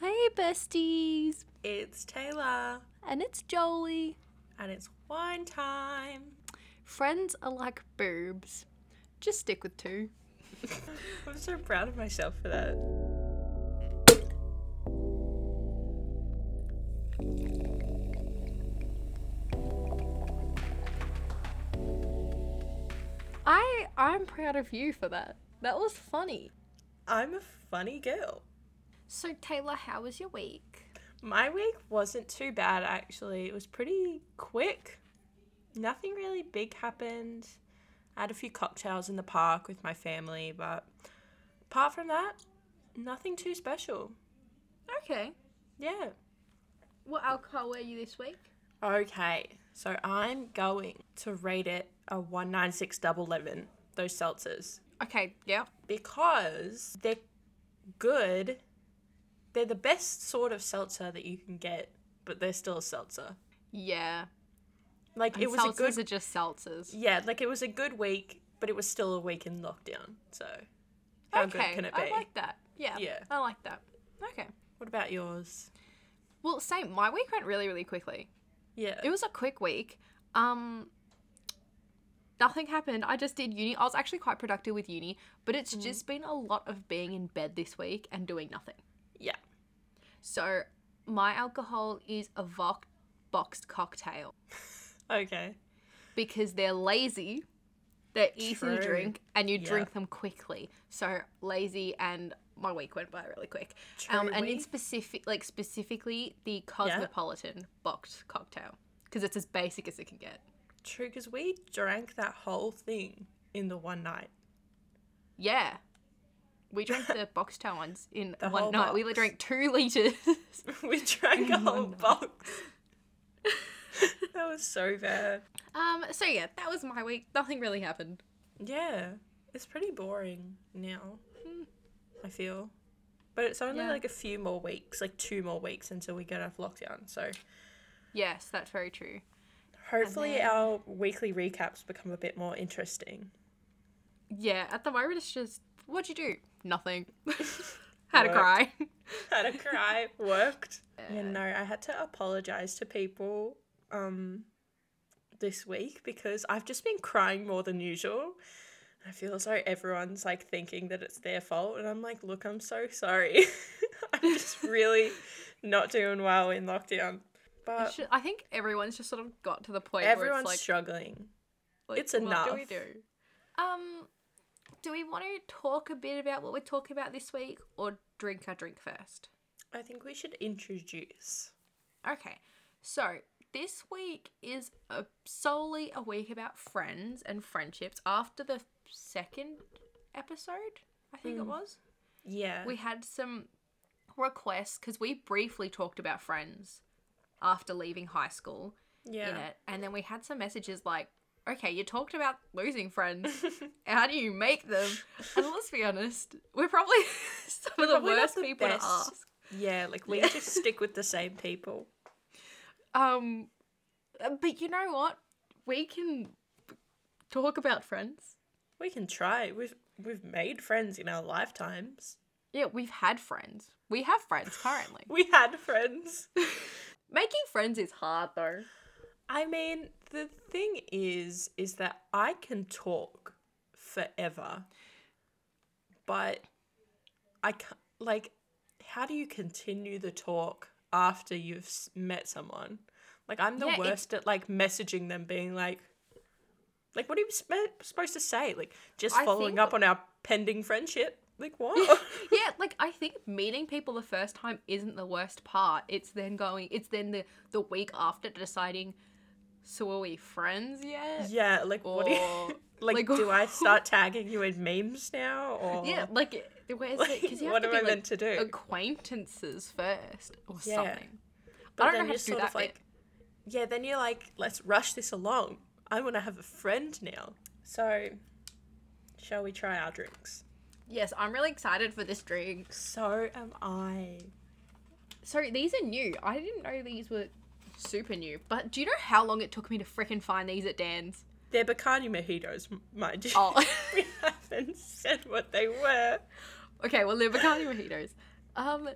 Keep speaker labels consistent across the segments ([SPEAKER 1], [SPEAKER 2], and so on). [SPEAKER 1] Hey, besties!
[SPEAKER 2] It's Taylor,
[SPEAKER 1] And it's Jolie.
[SPEAKER 2] and it's wine time.
[SPEAKER 1] Friends are like boobs. Just stick with two.
[SPEAKER 2] I'm so proud of myself for that.
[SPEAKER 1] I I'm proud of you for that. That was funny.
[SPEAKER 2] I'm a funny girl.
[SPEAKER 1] So Taylor, how was your week?
[SPEAKER 2] My week wasn't too bad, actually. It was pretty quick. Nothing really big happened. I had a few cocktails in the park with my family, but apart from that, nothing too special.
[SPEAKER 1] Okay.
[SPEAKER 2] Yeah.
[SPEAKER 1] What alcohol were you this week?
[SPEAKER 2] Okay, so I'm going to rate it a 196 double lemon, those seltzers.
[SPEAKER 1] Okay, yeah.
[SPEAKER 2] because they're good. They're the best sort of seltzer that you can get, but they're still a seltzer.
[SPEAKER 1] Yeah.
[SPEAKER 2] Like it
[SPEAKER 1] And
[SPEAKER 2] was a good
[SPEAKER 1] seltzers are just seltzers.
[SPEAKER 2] yeah, like it was a good week, but it was still a week in lockdown. So how good can it be?
[SPEAKER 1] I like that. Yeah.
[SPEAKER 2] Yeah.
[SPEAKER 1] I like that. Okay.
[SPEAKER 2] what about yours?
[SPEAKER 1] Well, same. My week went really, really quickly.
[SPEAKER 2] Yeah.
[SPEAKER 1] It was a quick week. Um nothing happened. I just did uni. I was actually quite productive with uni, but it's
[SPEAKER 2] Mm.
[SPEAKER 1] just been a lot of being in bed this week and doing nothing.
[SPEAKER 2] yeah.
[SPEAKER 1] So my alcohol is a Voc boxed cocktail
[SPEAKER 2] Okay.
[SPEAKER 1] because they're lazy, they're easy
[SPEAKER 2] True.
[SPEAKER 1] to drink, and you
[SPEAKER 2] Yeah.
[SPEAKER 1] drink them quickly. So lazy and my week went by really quick.
[SPEAKER 2] True.
[SPEAKER 1] Um, and in
[SPEAKER 2] week.
[SPEAKER 1] specific, like specifically the Cosmopolitan boxed cocktail because it's as basic as it can get.
[SPEAKER 2] True, because we drank that whole thing in the one night.
[SPEAKER 1] Yeah. We drank the Boxtail ones in
[SPEAKER 2] The
[SPEAKER 1] one
[SPEAKER 2] whole
[SPEAKER 1] night. We
[SPEAKER 2] box.
[SPEAKER 1] drank two litres.
[SPEAKER 2] we drank a whole
[SPEAKER 1] one night.
[SPEAKER 2] box. that was so bad.
[SPEAKER 1] um, so yeah, that was my week. Nothing really happened.
[SPEAKER 2] Yeah, it's pretty boring now. I feel, but it's only
[SPEAKER 1] Yeah.
[SPEAKER 2] like a few more weeks, like two more weeks until we get off lockdown. So
[SPEAKER 1] Yes, that's very true.
[SPEAKER 2] hopefully
[SPEAKER 1] then-
[SPEAKER 2] our weekly recaps become a bit more interesting.
[SPEAKER 1] Yeah, at the moment it's just what'd you do? Nothing. Had a
[SPEAKER 2] Worked.
[SPEAKER 1] cry.
[SPEAKER 2] had a cry, worked. You know, I had to apologize to people um this week because I've just been crying more than usual. I feel as though everyone's like thinking that it's their fault, and I'm like, look, I'm so sorry. I'm just really not doing well in lockdown.
[SPEAKER 1] It's
[SPEAKER 2] But
[SPEAKER 1] ju- I think everyone's just sort of got to the point where
[SPEAKER 2] everyone's
[SPEAKER 1] it's like,
[SPEAKER 2] struggling.
[SPEAKER 1] like,
[SPEAKER 2] it's
[SPEAKER 1] What do we
[SPEAKER 2] enough.
[SPEAKER 1] do? Um, do we want to talk a bit about what we're talking about this week, or drink our drink first?
[SPEAKER 2] I think we should introduce.
[SPEAKER 1] Okay, so this week is a, solely a week about friends and friendships. After the second episode, I think it was,
[SPEAKER 2] Hmm. Yeah.
[SPEAKER 1] we had some requests because we briefly talked about friends after leaving high school in
[SPEAKER 2] yeah.
[SPEAKER 1] it, and then we had some messages like, "Okay, you talked about losing friends. How do you make them?" And let's be honest, we're probably some of the
[SPEAKER 2] probably not
[SPEAKER 1] worst
[SPEAKER 2] the
[SPEAKER 1] people
[SPEAKER 2] best.
[SPEAKER 1] to ask.
[SPEAKER 2] Yeah, like we just stick with the same people.
[SPEAKER 1] Um, uh, but you know what? We can talk about friends.
[SPEAKER 2] We can try. We've we've made friends in our lifetimes.
[SPEAKER 1] Yeah, we've had friends. We have friends currently.
[SPEAKER 2] We had friends.
[SPEAKER 1] Making friends is hard though.
[SPEAKER 2] I mean, the thing is, is that I can talk forever, but I can't, like, how do you continue the talk after you've s- met someone? Like, I'm the
[SPEAKER 1] Yeah, it-
[SPEAKER 2] worst at, like, messaging them, being like, like, what are you sp- supposed to say? Like, just
[SPEAKER 1] I
[SPEAKER 2] following
[SPEAKER 1] think-
[SPEAKER 2] up on our pending friendship? Like, what?
[SPEAKER 1] Yeah, like I think meeting people the first time isn't the worst part. It's then going. It's then the the week after deciding. So are we friends yet?
[SPEAKER 2] yeah, like, what do you...
[SPEAKER 1] Or-
[SPEAKER 2] Like,
[SPEAKER 1] like,
[SPEAKER 2] do I start tagging you in memes now? Or
[SPEAKER 1] Yeah, like where's it? Because you have
[SPEAKER 2] what
[SPEAKER 1] to
[SPEAKER 2] am
[SPEAKER 1] be
[SPEAKER 2] I
[SPEAKER 1] like,
[SPEAKER 2] meant to do?
[SPEAKER 1] acquaintances first or
[SPEAKER 2] Yeah.
[SPEAKER 1] something.
[SPEAKER 2] But
[SPEAKER 1] I don't
[SPEAKER 2] then
[SPEAKER 1] know how
[SPEAKER 2] you're
[SPEAKER 1] to do
[SPEAKER 2] sort
[SPEAKER 1] that
[SPEAKER 2] of like,
[SPEAKER 1] bit.
[SPEAKER 2] yeah, then you're like, let's rush this along. I want to have a friend now. So, shall we try our drinks?
[SPEAKER 1] Yes, I'm really excited for this drink.
[SPEAKER 2] So am I.
[SPEAKER 1] So these are new. I didn't know these were super new. But do you know how long it took me to frickin' find these at Dan's?
[SPEAKER 2] They're Bacardi mojitos, m- mind you.
[SPEAKER 1] Oh,
[SPEAKER 2] we haven't said what they were.
[SPEAKER 1] okay. Well, they're Bacardi mojitos. Um,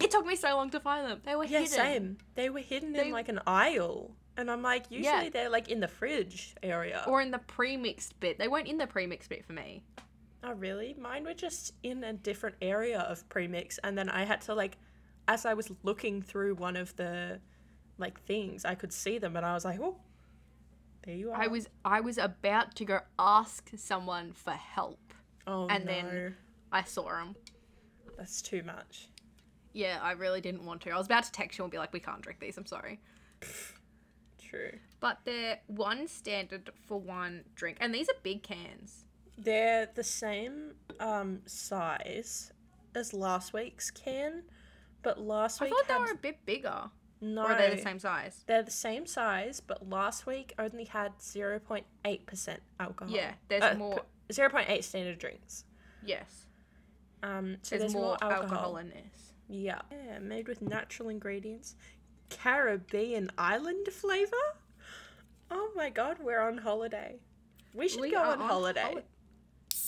[SPEAKER 1] It took me so long to find them. They were
[SPEAKER 2] Yeah,
[SPEAKER 1] hidden.
[SPEAKER 2] same. They were hidden
[SPEAKER 1] They-
[SPEAKER 2] in like an aisle. And I'm like, usually
[SPEAKER 1] Yeah.
[SPEAKER 2] they're like in the fridge area.
[SPEAKER 1] Or in the pre-mixed bit. They weren't in the pre-mixed bit for me.
[SPEAKER 2] oh, really? Mine were just in a different area of premix. And then I had to, like, as I was looking through one of the, like, things, I could see them. And I was like, oh, there you are.
[SPEAKER 1] I was I was about to go ask someone for help.
[SPEAKER 2] oh,
[SPEAKER 1] and
[SPEAKER 2] no.
[SPEAKER 1] then- I saw them.
[SPEAKER 2] That's too much.
[SPEAKER 1] Yeah, I really didn't want to. I was about to text you and be like, we can't drink these. I'm sorry.
[SPEAKER 2] True.
[SPEAKER 1] But they're one standard for one drink, and these are big cans.
[SPEAKER 2] They're the same um, size as last week's can, but last
[SPEAKER 1] I
[SPEAKER 2] week
[SPEAKER 1] thought they
[SPEAKER 2] had
[SPEAKER 1] were a bit bigger.
[SPEAKER 2] no.
[SPEAKER 1] Or are they the same size?
[SPEAKER 2] They're the same size, but last week only had 0.8% alcohol.
[SPEAKER 1] Yeah, there's
[SPEAKER 2] Uh,
[SPEAKER 1] more.
[SPEAKER 2] p- 0.8 standard drinks.
[SPEAKER 1] Yes,
[SPEAKER 2] Um, so
[SPEAKER 1] there's, more alcohol. in this.
[SPEAKER 2] yeah. yeah, made with natural ingredients. Caribbean island flavor? Oh my god, we're on holiday. We should
[SPEAKER 1] We
[SPEAKER 2] go
[SPEAKER 1] are
[SPEAKER 2] on,
[SPEAKER 1] on
[SPEAKER 2] holiday.
[SPEAKER 1] holi-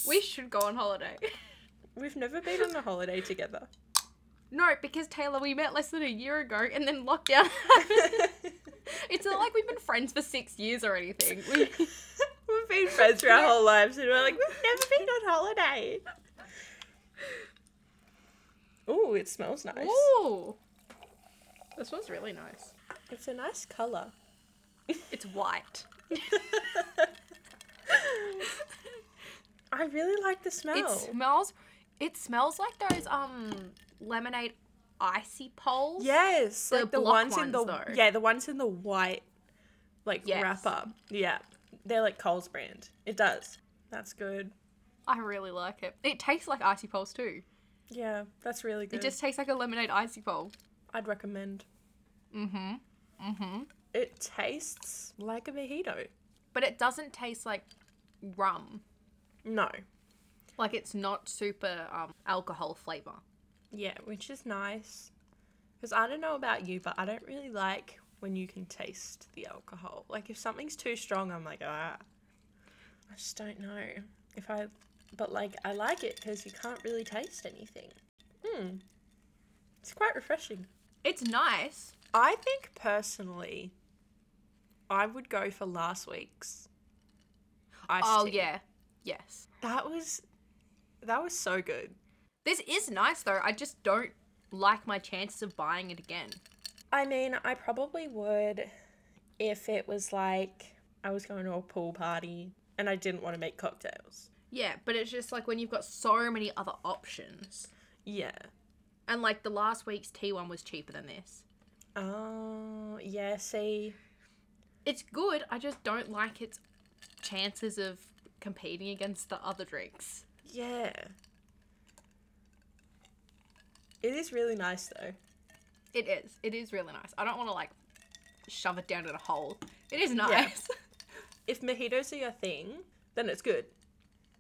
[SPEAKER 1] We should go on holiday.
[SPEAKER 2] We've never been on a holiday together.
[SPEAKER 1] no, because Taylor, we met less than a year ago, and then lockdown happened. it's not like we've been friends for six years or anything. We,
[SPEAKER 2] We've been friends for our whole lives, and we're like, we've never been on holiday. Ooh, it smells nice.
[SPEAKER 1] ooh, this one's really nice.
[SPEAKER 2] It's a nice color.
[SPEAKER 1] It's white.
[SPEAKER 2] I really like the smell.
[SPEAKER 1] It smells. It smells like those um lemonade icy poles.
[SPEAKER 2] yes,
[SPEAKER 1] the
[SPEAKER 2] like the
[SPEAKER 1] block
[SPEAKER 2] ones, in the
[SPEAKER 1] ones, though.
[SPEAKER 2] yeah, the ones in the white like
[SPEAKER 1] Yes.
[SPEAKER 2] wrapper. Yeah, they're like Coles brand. It does. That's good.
[SPEAKER 1] I really like it. It tastes like icy poles too.
[SPEAKER 2] Yeah, that's really good.
[SPEAKER 1] It just tastes like a lemonade icy pole.
[SPEAKER 2] I'd recommend.
[SPEAKER 1] Mm-hmm. Mm-hmm.
[SPEAKER 2] It tastes like a mojito.
[SPEAKER 1] But it doesn't taste like rum.
[SPEAKER 2] No.
[SPEAKER 1] Like it's not super um, alcohol flavor.
[SPEAKER 2] Yeah, which is nice. Because I don't know about you, but I don't really like when you can taste the alcohol. Like if something's too strong, I'm like, ah. I just don't know if I. But like, I like it because you can't really taste anything. Hmm. It's quite refreshing.
[SPEAKER 1] It's nice.
[SPEAKER 2] I think personally, I would go for last week's. Iced
[SPEAKER 1] oh
[SPEAKER 2] tea.
[SPEAKER 1] yeah, yes.
[SPEAKER 2] That was. That was so good.
[SPEAKER 1] This is nice though. I just don't like my chances of buying it again.
[SPEAKER 2] I mean, I probably would if it was like I was going to a pool party and I didn't want to make cocktails.
[SPEAKER 1] Yeah, but it's just like when you've got so many other options.
[SPEAKER 2] Yeah.
[SPEAKER 1] And like the last week's tea one was cheaper than this.
[SPEAKER 2] Oh, yeah, see.
[SPEAKER 1] It's good. I just don't like its chances of competing against the other drinks.
[SPEAKER 2] Yeah. It is really nice though.
[SPEAKER 1] It is. It is really nice. I don't want to like shove it down in a hole. It is nice.
[SPEAKER 2] If mojitos are your thing, then it's good.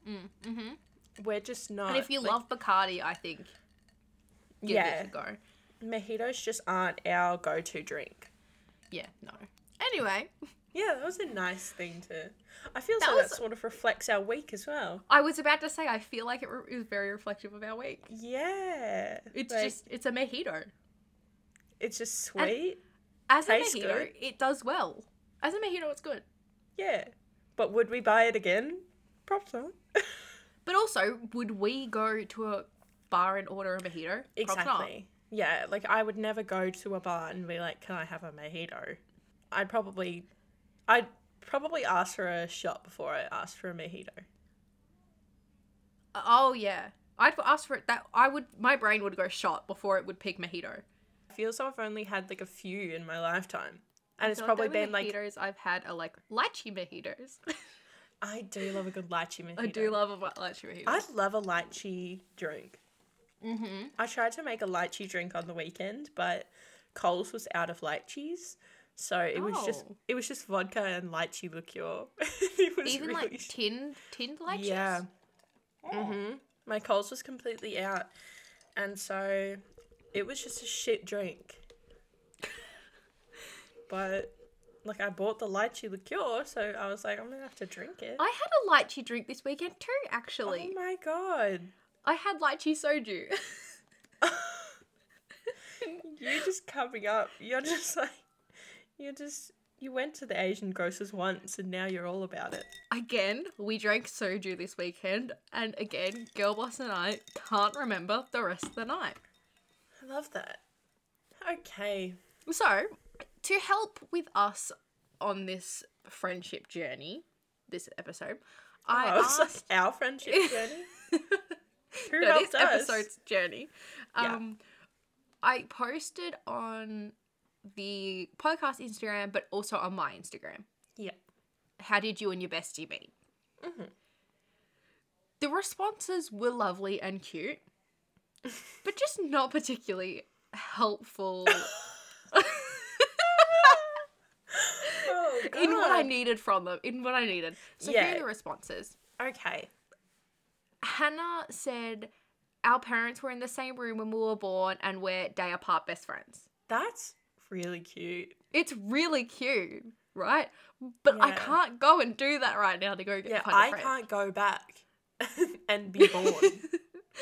[SPEAKER 1] mm, hmm
[SPEAKER 2] We're just not.
[SPEAKER 1] And if you
[SPEAKER 2] like,
[SPEAKER 1] love Bacardi, I think give
[SPEAKER 2] yeah,
[SPEAKER 1] this a go.
[SPEAKER 2] mojitos just aren't our go-to drink.
[SPEAKER 1] Yeah, no. Anyway,
[SPEAKER 2] Yeah, that was a nice thing to. I feel
[SPEAKER 1] That
[SPEAKER 2] so
[SPEAKER 1] was-
[SPEAKER 2] that sort of reflects our week as well.
[SPEAKER 1] I was about to say I feel like it re- is very reflective of our week.
[SPEAKER 2] Yeah,
[SPEAKER 1] It's
[SPEAKER 2] like,
[SPEAKER 1] just it's a mojito.
[SPEAKER 2] it's just sweet.
[SPEAKER 1] As a
[SPEAKER 2] Tastes
[SPEAKER 1] mojito,
[SPEAKER 2] good.
[SPEAKER 1] it does well. As a mojito, it's good.
[SPEAKER 2] Yeah. But would we buy it again? Probably not.
[SPEAKER 1] But also, would we go to a bar and order a mojito? Probably not.
[SPEAKER 2] exactly. Yeah, like I would never go to a bar and be like, "Can I have a mojito?" I'd probably, I'd probably ask for a shot before I asked for a mojito.
[SPEAKER 1] Oh yeah, I'd ask for it. That I would. My brain would go shot before it would pick mojito.
[SPEAKER 2] I feel as though I've only had like a few in my lifetime, and it's
[SPEAKER 1] So
[SPEAKER 2] probably
[SPEAKER 1] the only
[SPEAKER 2] been like
[SPEAKER 1] mojitos I've had are like lychee mojitos.
[SPEAKER 2] I do love a good lychee mojito.
[SPEAKER 1] I do love a wa- lychee
[SPEAKER 2] I
[SPEAKER 1] mojito.
[SPEAKER 2] love a lychee drink.
[SPEAKER 1] Mm-hmm.
[SPEAKER 2] I tried to make a lychee drink on the weekend, but Coles was out of lychees. So it was just
[SPEAKER 1] Oh.
[SPEAKER 2] it was just vodka and lychee liqueur. it was
[SPEAKER 1] Even
[SPEAKER 2] really
[SPEAKER 1] like Oh.
[SPEAKER 2] sh-
[SPEAKER 1] tinned tinned lychees.
[SPEAKER 2] yeah. hmm My Coles was completely out, and so it was just a shit drink. but like I bought the lychee liqueur, so I was like, I'm gonna have to drink it.
[SPEAKER 1] I had a lychee drink this weekend too.
[SPEAKER 2] Oh
[SPEAKER 1] Actually,
[SPEAKER 2] my god.
[SPEAKER 1] I had lychee soju.
[SPEAKER 2] you just coming up. You're just like, you're just, you went to the Asian grocers once and now you're all about it.
[SPEAKER 1] Again, we drank soju this weekend, and again, Girl Boss and I can't remember the rest of the night.
[SPEAKER 2] I love that. Okay.
[SPEAKER 1] So, to help with us on this friendship journey, this episode, I
[SPEAKER 2] Oh, it's like
[SPEAKER 1] asked
[SPEAKER 2] our friendship journey. Who
[SPEAKER 1] no,
[SPEAKER 2] helped
[SPEAKER 1] this
[SPEAKER 2] us?
[SPEAKER 1] episode's journey.
[SPEAKER 2] Yeah.
[SPEAKER 1] Um, I posted on the podcast Instagram, but also on my Instagram.
[SPEAKER 2] Yeah.
[SPEAKER 1] How did you and your bestie meet?
[SPEAKER 2] Mm-hmm.
[SPEAKER 1] The responses were lovely and cute, but just not particularly helpful
[SPEAKER 2] Oh,
[SPEAKER 1] in what I
[SPEAKER 2] God.
[SPEAKER 1] needed from them. In what I needed. So here
[SPEAKER 2] Yeah.
[SPEAKER 1] are the responses.
[SPEAKER 2] Okay.
[SPEAKER 1] Hannah said, Our parents were in the same room when we were born and we're day apart best friends.
[SPEAKER 2] That's really cute.
[SPEAKER 1] It's really cute, right? But I
[SPEAKER 2] Yeah.
[SPEAKER 1] can't go and do that right now to go get
[SPEAKER 2] Yeah,
[SPEAKER 1] find a
[SPEAKER 2] I
[SPEAKER 1] friend.
[SPEAKER 2] can't go back and be born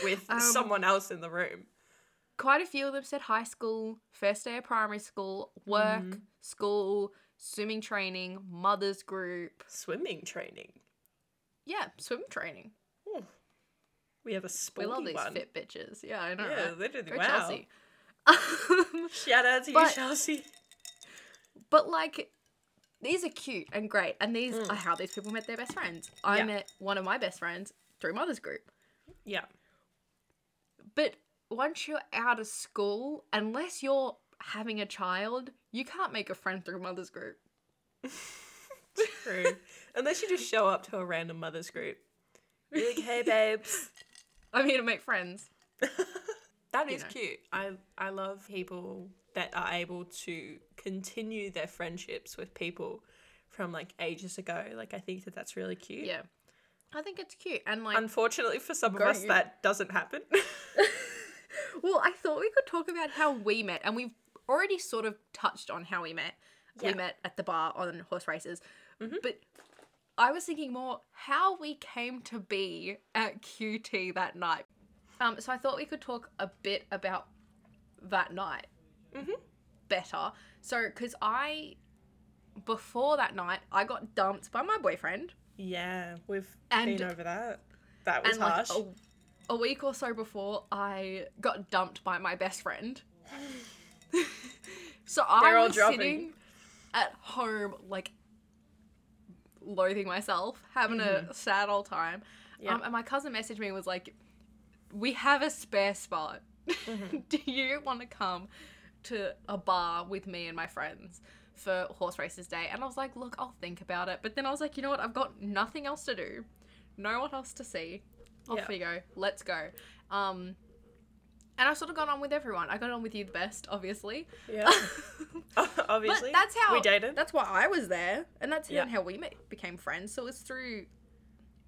[SPEAKER 2] with
[SPEAKER 1] Um,
[SPEAKER 2] someone else in the room.
[SPEAKER 1] Quite a few of them said high school, first day of primary school, work,
[SPEAKER 2] Mm-hmm.
[SPEAKER 1] school, swimming training, mother's group.
[SPEAKER 2] Swimming training.
[SPEAKER 1] Yeah, swim training.
[SPEAKER 2] Ooh. We have a
[SPEAKER 1] We
[SPEAKER 2] sporty
[SPEAKER 1] love these
[SPEAKER 2] one.
[SPEAKER 1] fit bitches. Yeah, I know.
[SPEAKER 2] yeah,
[SPEAKER 1] right?
[SPEAKER 2] they did
[SPEAKER 1] Go
[SPEAKER 2] wow.
[SPEAKER 1] Chelsea. Um,
[SPEAKER 2] Shout out to you,
[SPEAKER 1] But-
[SPEAKER 2] Chelsea.
[SPEAKER 1] But like, these are cute and great, and these
[SPEAKER 2] Mm.
[SPEAKER 1] are how these people met their best friends. I
[SPEAKER 2] Yeah.
[SPEAKER 1] met one of my best friends through mother's group.
[SPEAKER 2] Yeah.
[SPEAKER 1] But once you're out of school, unless you're having a child, you can't make a friend through mother's group.
[SPEAKER 2] True. Unless you just show up to a random mother's group. You're like, hey babes.
[SPEAKER 1] I'm here to make friends.
[SPEAKER 2] That
[SPEAKER 1] You
[SPEAKER 2] is
[SPEAKER 1] know.
[SPEAKER 2] cute. I I love people that are able to continue their friendships with people from like ages ago. Like I think that that's really cute.
[SPEAKER 1] Yeah, I think it's cute. And like,
[SPEAKER 2] Unfortunately for some
[SPEAKER 1] Growing
[SPEAKER 2] of us,
[SPEAKER 1] up-
[SPEAKER 2] that doesn't happen.
[SPEAKER 1] well, I thought we could talk about how we met, and we've already sort of touched on how we met.
[SPEAKER 2] Yeah.
[SPEAKER 1] We met at the bar on horse races,
[SPEAKER 2] Mhm.
[SPEAKER 1] but I was thinking more how we came to be at QT that night. Um, so I thought we could talk a bit about that night Mm-hmm.
[SPEAKER 2] Mhm.
[SPEAKER 1] better. So, because I before that night, I got dumped by my boyfriend.
[SPEAKER 2] yeah, we've
[SPEAKER 1] And-
[SPEAKER 2] been over that. That was
[SPEAKER 1] and like oh.
[SPEAKER 2] harsh.
[SPEAKER 1] a, a week or so before I got dumped by my best friend. so
[SPEAKER 2] They're
[SPEAKER 1] I
[SPEAKER 2] all
[SPEAKER 1] was
[SPEAKER 2] dropping.
[SPEAKER 1] sitting at home like loathing myself, having a sad old time.
[SPEAKER 2] Mm-hmm. Yeah.
[SPEAKER 1] Um, and my cousin messaged me and was like, "We have a spare spot.
[SPEAKER 2] Mm-hmm.
[SPEAKER 1] Do you want to come to a bar with me and my friends?" For horse races day, and I was like, Look, I'll think about it. But then I was like, You know what? I've got nothing else to do no one else to see. Off
[SPEAKER 2] Yeah.
[SPEAKER 1] we go. Let's go. Um, and I've sort of gone on with everyone. I got on with you the best, obviously.
[SPEAKER 2] yeah.
[SPEAKER 1] but
[SPEAKER 2] Obviously.
[SPEAKER 1] that's how
[SPEAKER 2] we dated.
[SPEAKER 1] That's why I was there, and that's
[SPEAKER 2] Yeah.
[SPEAKER 1] then how we met, became friends. So it's through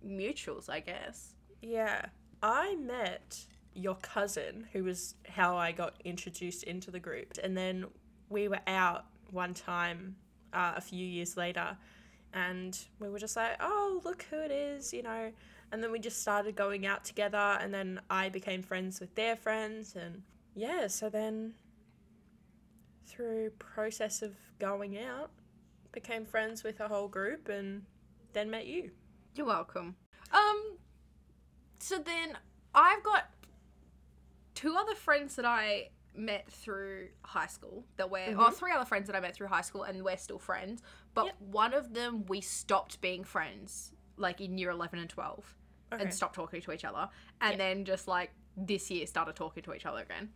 [SPEAKER 1] mutuals, I guess.
[SPEAKER 2] Yeah. I met your cousin, who was how I got introduced into the group. And then we were out one time uh, a few years later, and we were just like, oh, look who it is, you know. And then we just started going out together, and then I became friends with their friends. And yeah, so then through process of going out, became friends with a whole group and then met you.
[SPEAKER 1] You're welcome. Um, so then I've got two other friends that I met through high school that we're, or three other friends that I met through high school and we're still friends. But
[SPEAKER 2] Mm-hmm. Yep.
[SPEAKER 1] one of them, we stopped being friends like in year 11 and 12
[SPEAKER 2] Okay.
[SPEAKER 1] and stopped talking to each other. And then just like this year started talking to each other again.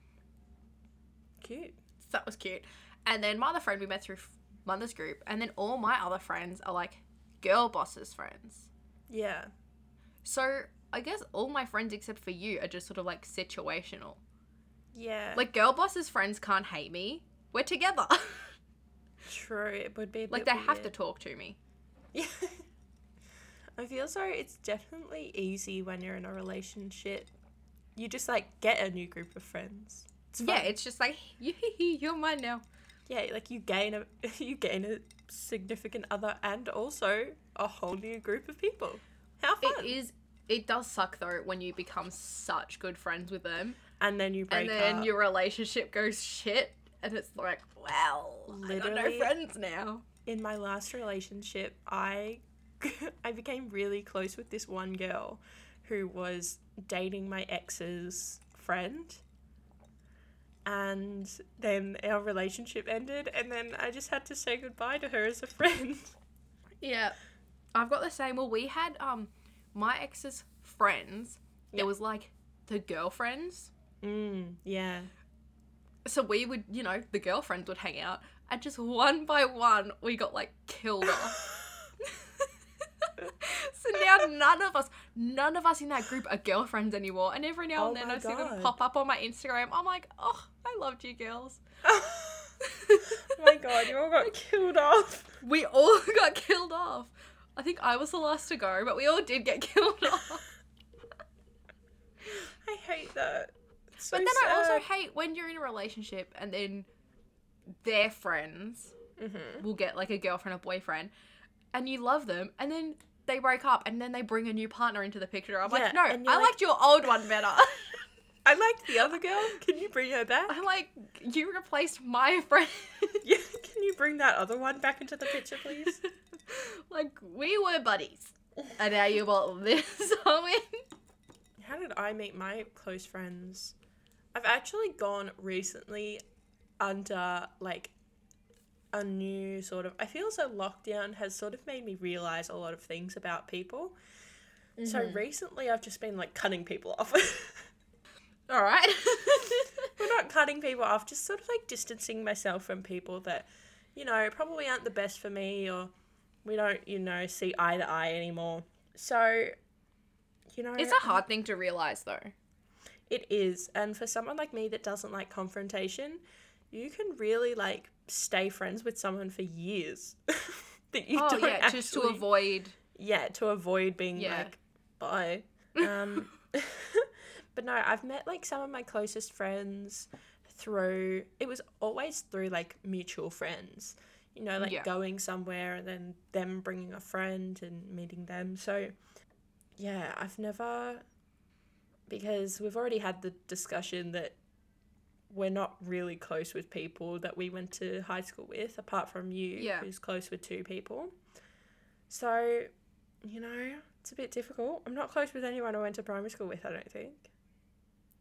[SPEAKER 2] Cute.
[SPEAKER 1] So that was cute. And then my other friend we met through f- mother's group. And then all my other friends are like girl bosses friends.
[SPEAKER 2] Yeah.
[SPEAKER 1] So I guess all my friends except for you are just sort of like situational.
[SPEAKER 2] Yeah.
[SPEAKER 1] Like girl boss's friends can't hate me. We're together.
[SPEAKER 2] True, it would be a
[SPEAKER 1] like
[SPEAKER 2] bit
[SPEAKER 1] they have to
[SPEAKER 2] weird.
[SPEAKER 1] talk to me.
[SPEAKER 2] Yeah. I feel so it's definitely easy when you're in a relationship. You just like get a new group of friends. It's
[SPEAKER 1] Yeah,
[SPEAKER 2] fun.
[SPEAKER 1] it's just like "Yee-hee-hee, you're mine now.
[SPEAKER 2] yeah, like you gain a you gain a significant other and also a whole new group of people. How fun!
[SPEAKER 1] It is. It does suck though when you become such good friends with them
[SPEAKER 2] and then you break
[SPEAKER 1] and then
[SPEAKER 2] up.
[SPEAKER 1] your relationship goes shit and it's like, well, I got no
[SPEAKER 2] Literally-
[SPEAKER 1] friends now.
[SPEAKER 2] in my last relationship, I I became really close with this one girl who was dating my ex's friend. And then our relationship ended and then I just had to say goodbye to her as a friend.
[SPEAKER 1] Yeah. I've got the same. Well, we had um my ex's friends.
[SPEAKER 2] Yeah.
[SPEAKER 1] It was like the girlfriends.
[SPEAKER 2] Mm, yeah.
[SPEAKER 1] So we would, you know, the girlfriends would hang out, and just one by one, we got like killed off. so now none of us, none of us in that group are girlfriends anymore. And every now and
[SPEAKER 2] Oh
[SPEAKER 1] then,
[SPEAKER 2] my
[SPEAKER 1] I see them
[SPEAKER 2] God.
[SPEAKER 1] pop up on my Instagram. I'm like, oh, I loved you girls.
[SPEAKER 2] oh my god, you all got killed off.
[SPEAKER 1] We all got killed off. I think I was the last to go, but we all did get killed off.
[SPEAKER 2] I hate that. It's So
[SPEAKER 1] But then I also
[SPEAKER 2] sad.
[SPEAKER 1] hate when you're in a relationship and then their friends
[SPEAKER 2] Mhm.
[SPEAKER 1] will get like a girlfriend or boyfriend and you love them and then they break up and then they bring a new partner into the picture. I'm
[SPEAKER 2] Yeah,
[SPEAKER 1] like, no, I
[SPEAKER 2] and you're like-
[SPEAKER 1] liked your old one better.
[SPEAKER 2] I liked the other girl. Can you bring her back?
[SPEAKER 1] I'm like, you replaced my friend.
[SPEAKER 2] Yeah, can you bring that other one back into the picture, please?
[SPEAKER 1] like, we were buddies. And now you want this woman.
[SPEAKER 2] How did I meet my close friends? I've actually gone recently under like a new sort of. I feel as though lockdown has sort of made me realize a lot of things about people. So
[SPEAKER 1] Mm-hmm.
[SPEAKER 2] recently, I've just been like cutting people off.
[SPEAKER 1] All right.
[SPEAKER 2] We're not cutting people off, just sort of like distancing myself from people that, you know, probably aren't the best for me or we don't, you know, see eye to eye anymore. So, you know,
[SPEAKER 1] it's a hard thing to realize though.
[SPEAKER 2] It is. And for someone like me that doesn't like confrontation, you can really like stay friends with someone for years. that you
[SPEAKER 1] oh
[SPEAKER 2] don't
[SPEAKER 1] yeah,
[SPEAKER 2] actually,
[SPEAKER 1] just to avoid
[SPEAKER 2] Yeah, to avoid being
[SPEAKER 1] Yeah.
[SPEAKER 2] like bye. Um but no, I've met like some of my closest friends through it was always through like mutual friends. You know, like
[SPEAKER 1] Yeah.
[SPEAKER 2] going somewhere and then them bringing a friend and meeting them. So yeah, I've never because we've already had the discussion that we're not really close with people that we went to high school with, apart from you,
[SPEAKER 1] Yeah.
[SPEAKER 2] who's close with two people. So, you know, it's a bit difficult. I'm not close with anyone I went to primary school with, I don't think.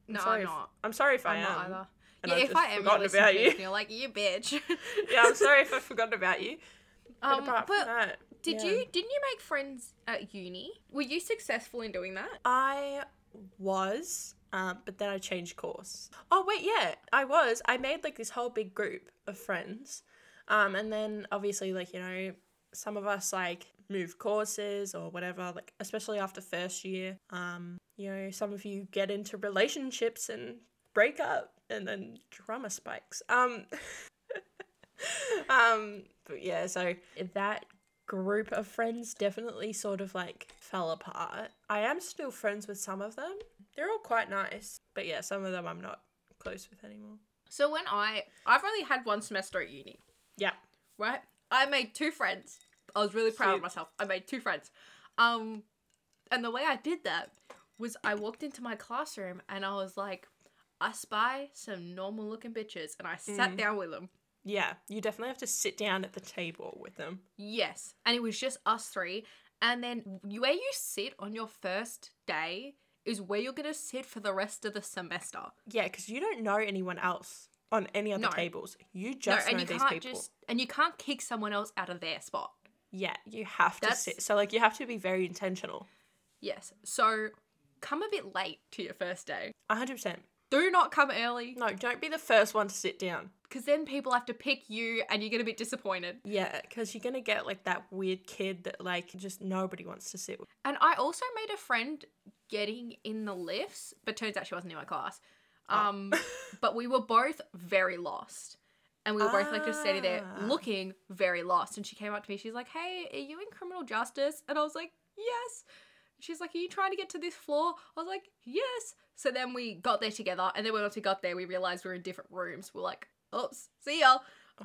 [SPEAKER 2] I'm
[SPEAKER 1] No,
[SPEAKER 2] sorry
[SPEAKER 1] I'm
[SPEAKER 2] if-
[SPEAKER 1] not.
[SPEAKER 2] I'm sorry if I
[SPEAKER 1] I'm
[SPEAKER 2] am.
[SPEAKER 1] not either.
[SPEAKER 2] and
[SPEAKER 1] yeah,
[SPEAKER 2] I've
[SPEAKER 1] if
[SPEAKER 2] just
[SPEAKER 1] I am,
[SPEAKER 2] forgotten
[SPEAKER 1] you listen
[SPEAKER 2] about
[SPEAKER 1] to
[SPEAKER 2] you.
[SPEAKER 1] it and you're like, you bitch.
[SPEAKER 2] Yeah, I'm sorry if I've forgotten about you.
[SPEAKER 1] Um,
[SPEAKER 2] but apart from
[SPEAKER 1] but
[SPEAKER 2] that,
[SPEAKER 1] did
[SPEAKER 2] yeah.
[SPEAKER 1] you didn't you make friends at uni? Were you successful in doing that?
[SPEAKER 2] I was, um, but then I changed course. Oh wait, yeah, I was. I made like this whole big group of friends, um, and then obviously like you know some of us like moved courses or whatever. Like especially after first year, um, you know some of you get into relationships and break up, and then drama spikes. Um, um, but yeah, so that group of friends definitely sort of like fell apart. I am still friends with some of them. They're all quite nice, but yeah, some of them I'm not close with anymore.
[SPEAKER 1] So when I I've only had one semester at uni,
[SPEAKER 2] Yeah.
[SPEAKER 1] right? I made two friends. I was really proud of
[SPEAKER 2] Cute.
[SPEAKER 1] myself. I made two friends. Um and the way I did that was I walked into my classroom and I was like, I spy some normal looking bitches and I sat
[SPEAKER 2] Mm.
[SPEAKER 1] down with them.
[SPEAKER 2] Yeah, you definitely have to sit down at the table with them.
[SPEAKER 1] Yes. And it was just us three. And then where you sit on your first day is where you're going to sit for the rest of the semester.
[SPEAKER 2] Yeah, because you don't know anyone else on any other
[SPEAKER 1] No.
[SPEAKER 2] tables. You just know
[SPEAKER 1] and you
[SPEAKER 2] these
[SPEAKER 1] can't
[SPEAKER 2] people.
[SPEAKER 1] just and you can't kick someone else out of their spot.
[SPEAKER 2] Yeah, you have to
[SPEAKER 1] That's-
[SPEAKER 2] sit. So like you have to be very intentional.
[SPEAKER 1] Yes. So come a bit late to your first day.
[SPEAKER 2] hundred percent.
[SPEAKER 1] Do not come early
[SPEAKER 2] No, don't be the first one to sit down.
[SPEAKER 1] because then people have to pick you and you get a bit disappointed.
[SPEAKER 2] Yeah, because you're gonna get like that weird kid that like just nobody wants to sit with.
[SPEAKER 1] And I also made a friend getting in the lifts, but turns out she wasn't in my class.
[SPEAKER 2] Oh.
[SPEAKER 1] Um, but we were both very lost. And we were both like just standing there
[SPEAKER 2] Ah.
[SPEAKER 1] looking very lost. And she came up to me, she's like, Hey, are you in criminal justice? And I was like, Yes. She's like, Are you trying to get to this floor? I was like, Yes. So then we got there together. And then when we got there, we realized we were in different rooms. We're like, Oops, see ya.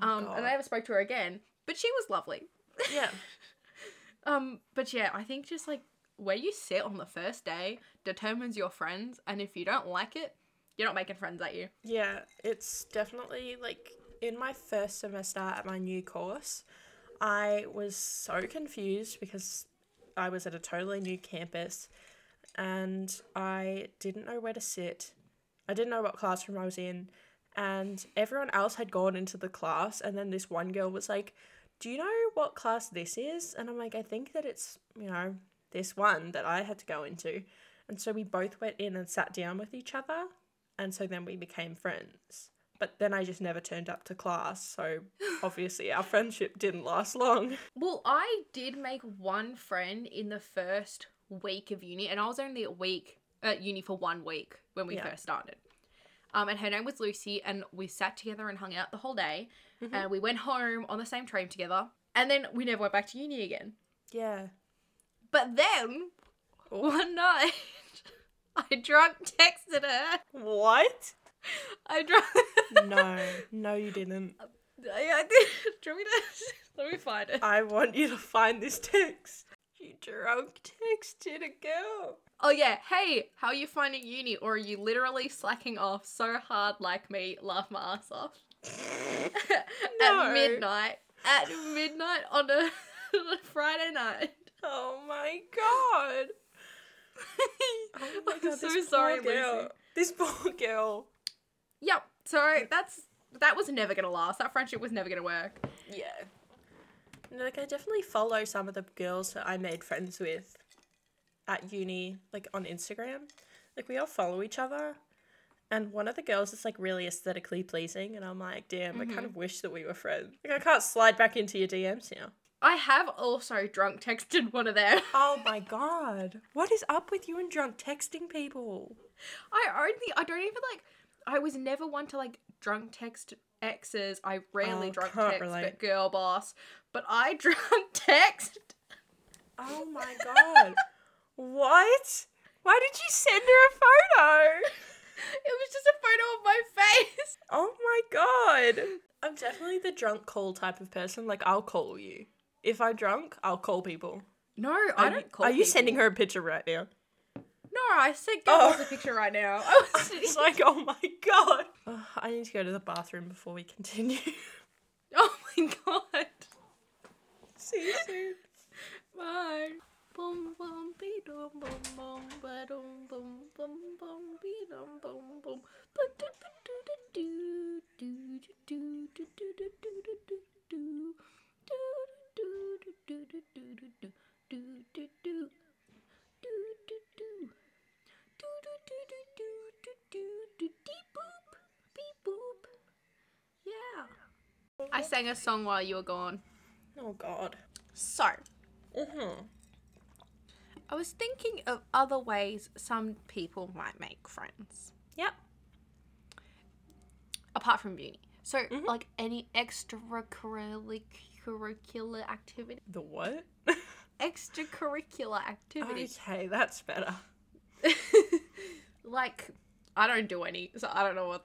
[SPEAKER 2] Oh,
[SPEAKER 1] um,
[SPEAKER 2] God.
[SPEAKER 1] and I never spoke to her again, but she was lovely.
[SPEAKER 2] yeah.
[SPEAKER 1] Um, but yeah, I think just like where you sit on the first day determines your friends, and if you don't like it, you're not making friends at you.
[SPEAKER 2] Yeah, it's definitely like in my first semester at my new course, I was so confused because I was at a totally new campus and I didn't know where to sit. I didn't know what classroom I was in. And everyone else had gone into the class. And then this one girl was like, Do you know what class this is? And I'm like, I think that it's, you know, this one that I had to go into. And so we both went in and sat down with each other. And so then we became friends. But then I just never turned up to class. So obviously our friendship didn't last long.
[SPEAKER 1] Well, I did make one friend in the first week of uni, and I was only at week at uni for one week when we
[SPEAKER 2] Yeah.
[SPEAKER 1] first started. Um, and her name was Lucy, and we sat together and hung out the whole day, and we went home on the same train together, and then we never went back to uni again.
[SPEAKER 2] Yeah.
[SPEAKER 1] But then one night, I drunk texted her.
[SPEAKER 2] What?
[SPEAKER 1] I drunk.
[SPEAKER 2] No, no, you didn't.
[SPEAKER 1] I, I did. Do you want me to- Let me find it.
[SPEAKER 2] I want you to find this text. You drunk texted a girl.
[SPEAKER 1] Oh yeah, hey, how are you finding uni? Or are you literally slacking off so hard like me? Laugh my ass off.
[SPEAKER 2] No.
[SPEAKER 1] At midnight. At midnight on a, on a Friday night.
[SPEAKER 2] Oh my god. Oh my
[SPEAKER 1] I'm
[SPEAKER 2] god,
[SPEAKER 1] so
[SPEAKER 2] this
[SPEAKER 1] sorry,
[SPEAKER 2] poor girl.
[SPEAKER 1] Lucy.
[SPEAKER 2] This poor girl.
[SPEAKER 1] Yep. So that's that was never gonna last. That friendship was never gonna work.
[SPEAKER 2] Yeah. Like I definitely follow some of the girls that I made friends with at uni, like on Instagram. Like we all follow each other. And one of the girls is like really aesthetically pleasing, and I'm like, damn, I kind of wish that we were friends. Like I can't slide back into your DMs now.
[SPEAKER 1] I have also drunk texted one of them.
[SPEAKER 2] Oh my god. What is up with you and drunk texting people?
[SPEAKER 1] I only I don't even like I was never one to like drunk text exes. I rarely
[SPEAKER 2] Oh,
[SPEAKER 1] drunk
[SPEAKER 2] can't
[SPEAKER 1] text
[SPEAKER 2] relate.
[SPEAKER 1] but girl boss. But I drunk text
[SPEAKER 2] Oh my god. what? Why did you send her a photo?
[SPEAKER 1] It was just a photo of my face.
[SPEAKER 2] Oh my god. I'm definitely the drunk call type of person. Like I'll call you. If I'm drunk, I'll call people.
[SPEAKER 1] No, I
[SPEAKER 2] Are
[SPEAKER 1] don't
[SPEAKER 2] you,
[SPEAKER 1] call
[SPEAKER 2] Are you
[SPEAKER 1] people.
[SPEAKER 2] sends her a picture right now?
[SPEAKER 1] No, I said go oh.
[SPEAKER 2] Oh.
[SPEAKER 1] a picture right now. I was
[SPEAKER 2] It's like, oh my god. Ugh, I need to go to the bathroom before we continue.
[SPEAKER 1] Oh my god.
[SPEAKER 2] See you soon.
[SPEAKER 1] Bye. Boom boom be dum boom boom ba dum boom boom boom be dum boom boom ba do do do do do do do do do do do do do do do do do do do do do do do do do do do do do do do deep boop beep boop. Yeah. I sang a song while you were gone.
[SPEAKER 2] Oh god.
[SPEAKER 1] So
[SPEAKER 2] Mm-hmm.
[SPEAKER 1] I was thinking of other ways some people might make friends
[SPEAKER 2] Yep.
[SPEAKER 1] apart from uni. So,
[SPEAKER 2] Mm-hmm.
[SPEAKER 1] like any extracurricular activity,
[SPEAKER 2] The what?
[SPEAKER 1] extracurricular activity.
[SPEAKER 2] okay, that's better.
[SPEAKER 1] like, I don't do any, so I don't know what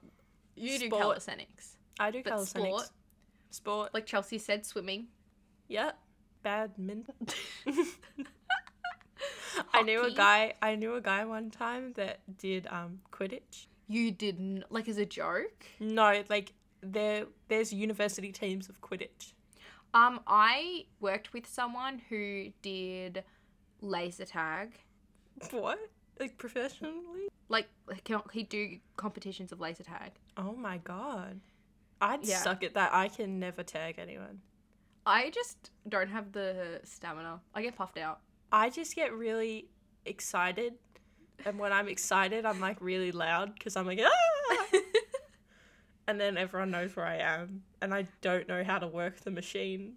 [SPEAKER 1] you do.
[SPEAKER 2] Sport.
[SPEAKER 1] Calisthenics,
[SPEAKER 2] I do
[SPEAKER 1] But
[SPEAKER 2] calisthenics.
[SPEAKER 1] sport?
[SPEAKER 2] Sport.
[SPEAKER 1] like Chelsea said, swimming.
[SPEAKER 2] Yep. Badminton. I knew a
[SPEAKER 1] Hockey.
[SPEAKER 2] guy. I knew a guy one time that did um Quidditch.
[SPEAKER 1] You didn't like as a joke.
[SPEAKER 2] No, like there there's university teams of Quidditch.
[SPEAKER 1] Um, I worked with someone who did laser tag.
[SPEAKER 2] What? Like professionally?
[SPEAKER 1] Like, can he do competitions of laser tag?
[SPEAKER 2] Oh my god. I'd
[SPEAKER 1] Yeah.
[SPEAKER 2] suck at that. I can never tag anyone.
[SPEAKER 1] I just don't have the stamina. I get puffed out.
[SPEAKER 2] I just get really excited. And when I'm excited, I'm like really loud because I'm like, ah! and then everyone knows where I am. And I don't know how to work the machine.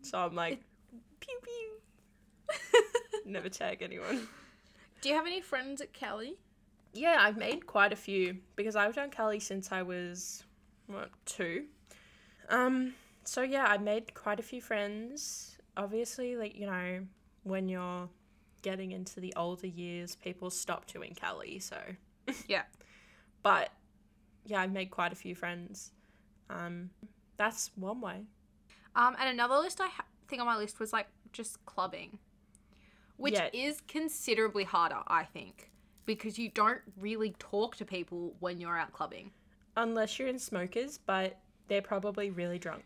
[SPEAKER 2] So I'm like, pew pew. never tag anyone.
[SPEAKER 1] Do you have any friends at Kelly?
[SPEAKER 2] Yeah, I've made quite a few because I've done Cali since I was what two. Um, so yeah, I made quite a few friends. Obviously, like you know, when you're getting into the older years, people stop doing Cali. So,
[SPEAKER 1] Yeah.
[SPEAKER 2] but yeah, I've made quite a few friends. Um, that's one way.
[SPEAKER 1] Um, and another list I ha- thing on my list was like just clubbing, which
[SPEAKER 2] Yeah.
[SPEAKER 1] is considerably harder, I think, because you don't really talk to people when you're out clubbing.
[SPEAKER 2] Unless you're in smokers, but They're probably really drunk.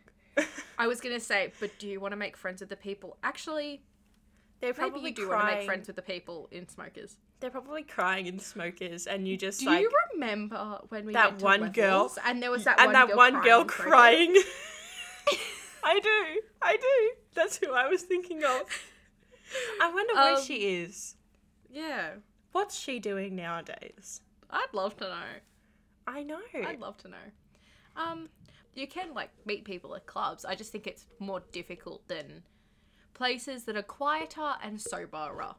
[SPEAKER 1] I was gonna say, but do you want to make friends with the people? Actually,
[SPEAKER 2] They're
[SPEAKER 1] maybe you do want to make friends with the people in smokers.
[SPEAKER 2] They're probably crying in smokers, and you just
[SPEAKER 1] Do
[SPEAKER 2] like
[SPEAKER 1] you remember when we
[SPEAKER 2] That
[SPEAKER 1] went to
[SPEAKER 2] one girl-
[SPEAKER 1] Wetzel's and there was that
[SPEAKER 2] and
[SPEAKER 1] one
[SPEAKER 2] that
[SPEAKER 1] girl
[SPEAKER 2] one
[SPEAKER 1] crying
[SPEAKER 2] girl
[SPEAKER 1] in Smokers?
[SPEAKER 2] crying. I do, I do. That's who I was thinking of. I wonder where
[SPEAKER 1] Um,
[SPEAKER 2] she is.
[SPEAKER 1] Yeah,
[SPEAKER 2] What's she doing nowadays?
[SPEAKER 1] I'd love to know.
[SPEAKER 2] I know.
[SPEAKER 1] I'd love to know. Um, you can like meet people at clubs. I just think it's more difficult than places that are quieter and soberer.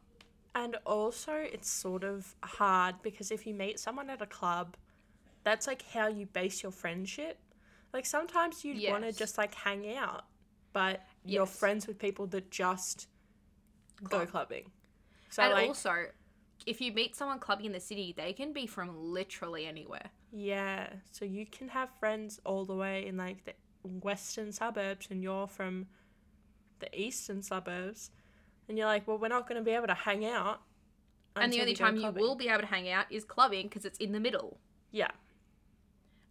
[SPEAKER 2] And also, it's sort of hard because if you meet someone at a club, that's like how you base your friendship. Like sometimes you want to
[SPEAKER 1] Yes.
[SPEAKER 2] just like hang out, but you're
[SPEAKER 1] Yes.
[SPEAKER 2] friends with people that just go
[SPEAKER 1] Club.
[SPEAKER 2] clubbing. So
[SPEAKER 1] and
[SPEAKER 2] like,
[SPEAKER 1] also, if you meet someone clubbing in the city, they can be from literally anywhere.
[SPEAKER 2] yeah, so you can have friends all the way in like the western suburbs, and you're from the eastern suburbs, and you're like, well, we're not going to be able to hang out.
[SPEAKER 1] and the
[SPEAKER 2] until
[SPEAKER 1] only
[SPEAKER 2] we go
[SPEAKER 1] time you
[SPEAKER 2] clubbing."
[SPEAKER 1] will be able to hang out is clubbing because it's in the middle.
[SPEAKER 2] yeah,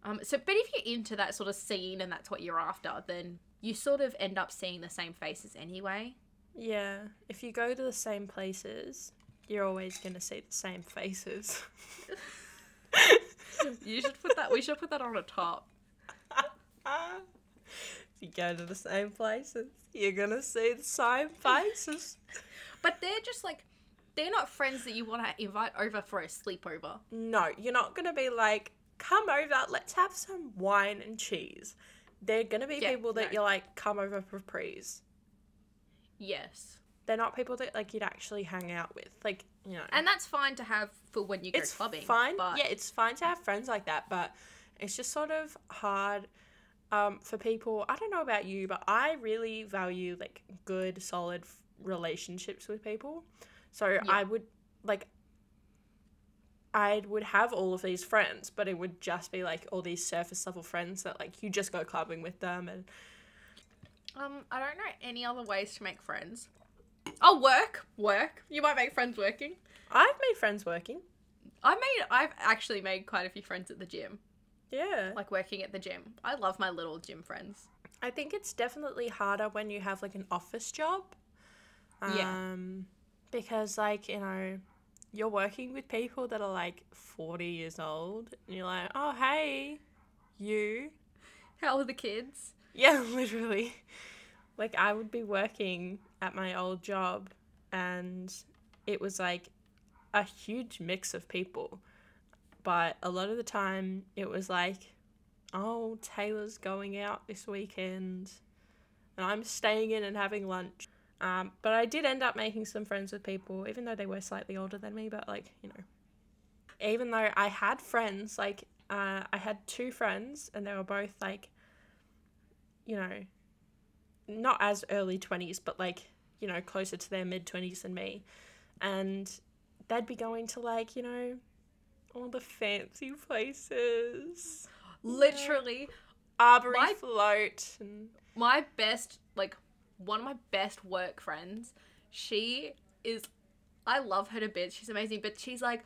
[SPEAKER 1] Um, so, but if you're into that sort of scene and that's what you're after, then you sort of end up seeing the same faces anyway.
[SPEAKER 2] Yeah, if you go to the same places, you're always going to see the same faces.
[SPEAKER 1] You should put that. we should put that on a top.
[SPEAKER 2] Ah. if you go to the same places, you're going to see the same faces.
[SPEAKER 1] But they're just like, they're not friends that you want to invite over for a sleepover.
[SPEAKER 2] No, you're not going to be like, come over, let's have some wine and cheese. They're going to be
[SPEAKER 1] Yeah,
[SPEAKER 2] people that
[SPEAKER 1] no.
[SPEAKER 2] you're like, come over for prees.
[SPEAKER 1] Yes,
[SPEAKER 2] They're not people that like you'd actually hang out with. Like, you know.
[SPEAKER 1] and that's fine to have for when you go
[SPEAKER 2] it's
[SPEAKER 1] clubbing.
[SPEAKER 2] fine.
[SPEAKER 1] but
[SPEAKER 2] Yeah, it's fine to have friends like that, but it's just sort of hard um, for people. I don't know about you, but I really value like good, solid f- relationships with people. So I would like. I would have all of these friends, but it would just be like all these surface level friends that like you just go clubbing with them and
[SPEAKER 1] um, I don't know any other ways to make friends. Oh, work, work. You might make friends working.
[SPEAKER 2] I've made friends working.
[SPEAKER 1] I made. I've actually made quite a few friends at the gym.
[SPEAKER 2] Yeah.
[SPEAKER 1] Like working at the gym. I love my little gym friends.
[SPEAKER 2] I think it's definitely harder when you have like an office job. Um,
[SPEAKER 1] Yeah.
[SPEAKER 2] Because, like, you know, you're working with people that are like 40 years old and you're like, oh, hey, you.
[SPEAKER 1] How are the kids?
[SPEAKER 2] Yeah, literally. Like, I would be working at my old job and it was like a huge mix of people. But a lot of the time it was like, oh, Taylor's going out this weekend and I'm staying in and having lunch. Um, but I did end up making some friends with people, even though they were slightly older than me, but like, you know. Even though I had friends, like, uh, I had two friends and they were both like, you know, not as early 20s, but like, you know, closer to their mid 20s than me. And they'd be going to like, you know, all the fancy places,
[SPEAKER 1] Literally,
[SPEAKER 2] Arbory
[SPEAKER 1] My-
[SPEAKER 2] Float, and
[SPEAKER 1] my best, like, one of my best work friends, she is, I love her to bits. She's amazing, but she's like,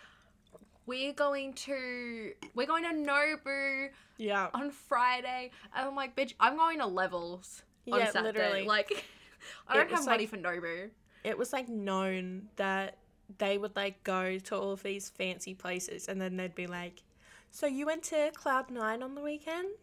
[SPEAKER 1] we're going to, we're going to Nobu
[SPEAKER 2] yeah.
[SPEAKER 1] on Friday. And I'm like, bitch, I'm going to Levels on
[SPEAKER 2] Yeah,
[SPEAKER 1] Saturday.
[SPEAKER 2] literally.
[SPEAKER 1] Like, I
[SPEAKER 2] It
[SPEAKER 1] don't
[SPEAKER 2] was
[SPEAKER 1] have money
[SPEAKER 2] like-
[SPEAKER 1] for Nobu.
[SPEAKER 2] it was like known that they would like go to all of these fancy places and then they'd be like, So you went to Cloud Nine on the weekend?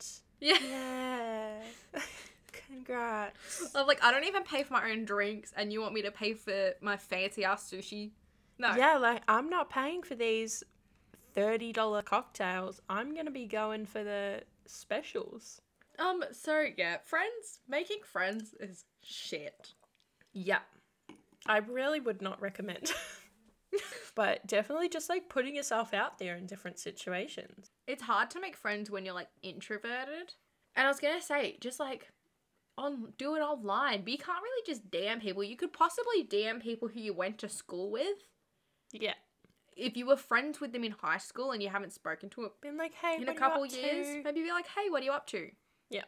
[SPEAKER 1] Yeah.
[SPEAKER 2] Yeah. Congrats.
[SPEAKER 1] I'm like, I don't even pay for my own drinks, and you want me to pay for my fancy ass sushi? No.
[SPEAKER 2] Yeah, like I'm not paying for these $30 cocktails. I'm going to be going for the specials.
[SPEAKER 1] Um, so yeah, friends, making friends is shit.
[SPEAKER 2] Yeah. I really would not recommend. but definitely just like putting yourself out there in different situations.
[SPEAKER 1] It's hard to make friends when you're like introverted. And I was gonna say, just like on do it online, but you can't really just DM people. You could possibly DM people who you went to school with.
[SPEAKER 2] Yeah.
[SPEAKER 1] If you were friends with them in high school and you haven't spoken to them
[SPEAKER 2] Been like, hey,
[SPEAKER 1] in
[SPEAKER 2] what
[SPEAKER 1] a
[SPEAKER 2] are you
[SPEAKER 1] couple
[SPEAKER 2] up to?"
[SPEAKER 1] years, maybe be like, hey, what are you up to?
[SPEAKER 2] Yeah.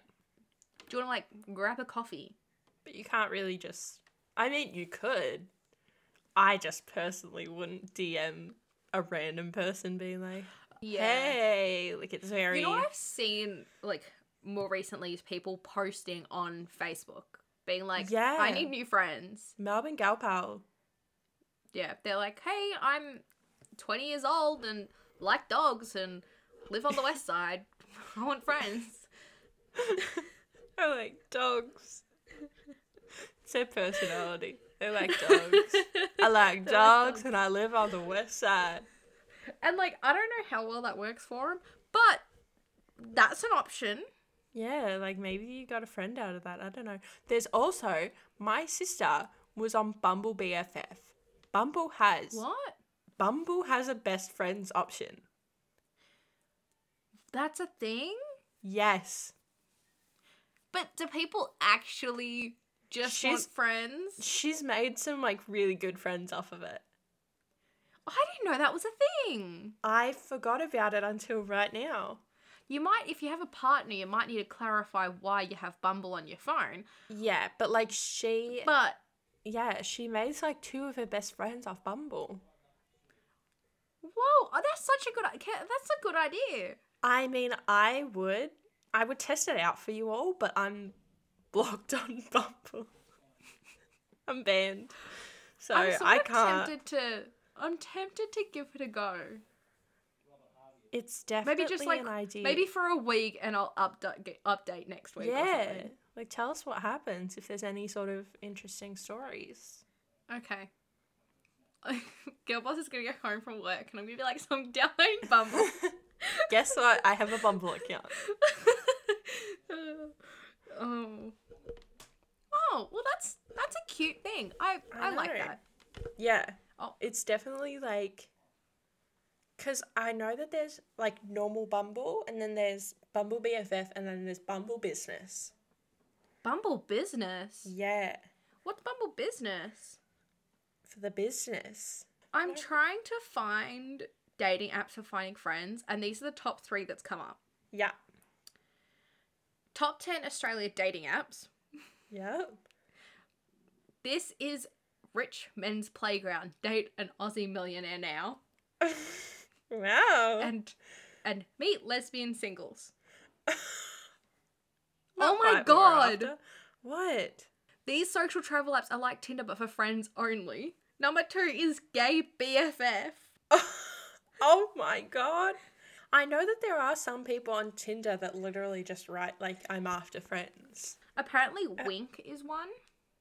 [SPEAKER 1] Do you wanna like grab a coffee?
[SPEAKER 2] But you can't really just. I mean, you could. I just personally wouldn't DM a random person being like, "Hey, like it's very."
[SPEAKER 1] You know what I've seen like more recently is people posting on Facebook, being like,
[SPEAKER 2] Yeah.
[SPEAKER 1] I need new friends.
[SPEAKER 2] Melbourne Gal Pal.
[SPEAKER 1] Yeah, they're like, hey, I'm 20 years old and like dogs and live on the west side. I want friends.
[SPEAKER 2] I like dogs. It's their personality. They like dogs. I like dogs and I live on the west side.
[SPEAKER 1] and like, I don't know how well that works for them, but that's an option.
[SPEAKER 2] Yeah, like maybe you got a friend out of that. I don't know. There's also my sister was on Bumble BFF. Bumble has
[SPEAKER 1] What?
[SPEAKER 2] Bumble has a best friends option.
[SPEAKER 1] That's a thing?
[SPEAKER 2] Yes.
[SPEAKER 1] But do people actually just want
[SPEAKER 2] She's-
[SPEAKER 1] friends?
[SPEAKER 2] She's made some like really good friends off of it.
[SPEAKER 1] I didn't know that was a thing.
[SPEAKER 2] I forgot about it until right now.
[SPEAKER 1] You might, if you have a partner, you might need to clarify why you have Bumble on your phone.
[SPEAKER 2] Yeah, but like she
[SPEAKER 1] But
[SPEAKER 2] yeah, she made like two of her best friends off Bumble.
[SPEAKER 1] whoa, oh, that's such a good, i- ca- that's a good idea.
[SPEAKER 2] I mean, I would I would test it out for you all, but I'm blocked on Bumble. I'm banned. So
[SPEAKER 1] I'm sort
[SPEAKER 2] I
[SPEAKER 1] of
[SPEAKER 2] can't.
[SPEAKER 1] tempted to, I'm tempted to give it a go.
[SPEAKER 2] It's definitely
[SPEAKER 1] Maybe just like,
[SPEAKER 2] an idea.
[SPEAKER 1] maybe for a week, and I'll update update next week. Or
[SPEAKER 2] yeah.
[SPEAKER 1] something.
[SPEAKER 2] Like tell us what happens if there's any sort of interesting stories.
[SPEAKER 1] Okay. Girl boss is gonna go home from work, and I'm gonna be like, so I'm downloading Bumble.
[SPEAKER 2] Guess what? I have a Bumble account.
[SPEAKER 1] oh. Oh, well that's that's a cute thing. I I,
[SPEAKER 2] I
[SPEAKER 1] like
[SPEAKER 2] know.
[SPEAKER 1] that.
[SPEAKER 2] Yeah.
[SPEAKER 1] Oh.
[SPEAKER 2] It's definitely like cuz I know that there's like normal Bumble and then there's Bumble BFF and then there's Bumble Business.
[SPEAKER 1] Bumble business.
[SPEAKER 2] Yeah,
[SPEAKER 1] What's Bumble business?
[SPEAKER 2] for the business.
[SPEAKER 1] I'm trying to find dating apps for finding friends, and these are the top three that's come up.
[SPEAKER 2] Yeah.
[SPEAKER 1] Top ten Australia dating apps.
[SPEAKER 2] Yep.
[SPEAKER 1] This is Rich Men's Playground. Date an Aussie millionaire now.
[SPEAKER 2] wow.
[SPEAKER 1] And and meet lesbian singles.
[SPEAKER 2] Not
[SPEAKER 1] oh my
[SPEAKER 2] quite what we're
[SPEAKER 1] God.
[SPEAKER 2] after. What?
[SPEAKER 1] These social travel apps are like Tinder but for friends only. Number two is gay BFF.
[SPEAKER 2] oh my god. I know that there are some people on Tinder that literally just write like I'm after friends.
[SPEAKER 1] Apparently,
[SPEAKER 2] Uh.
[SPEAKER 1] Wink is one.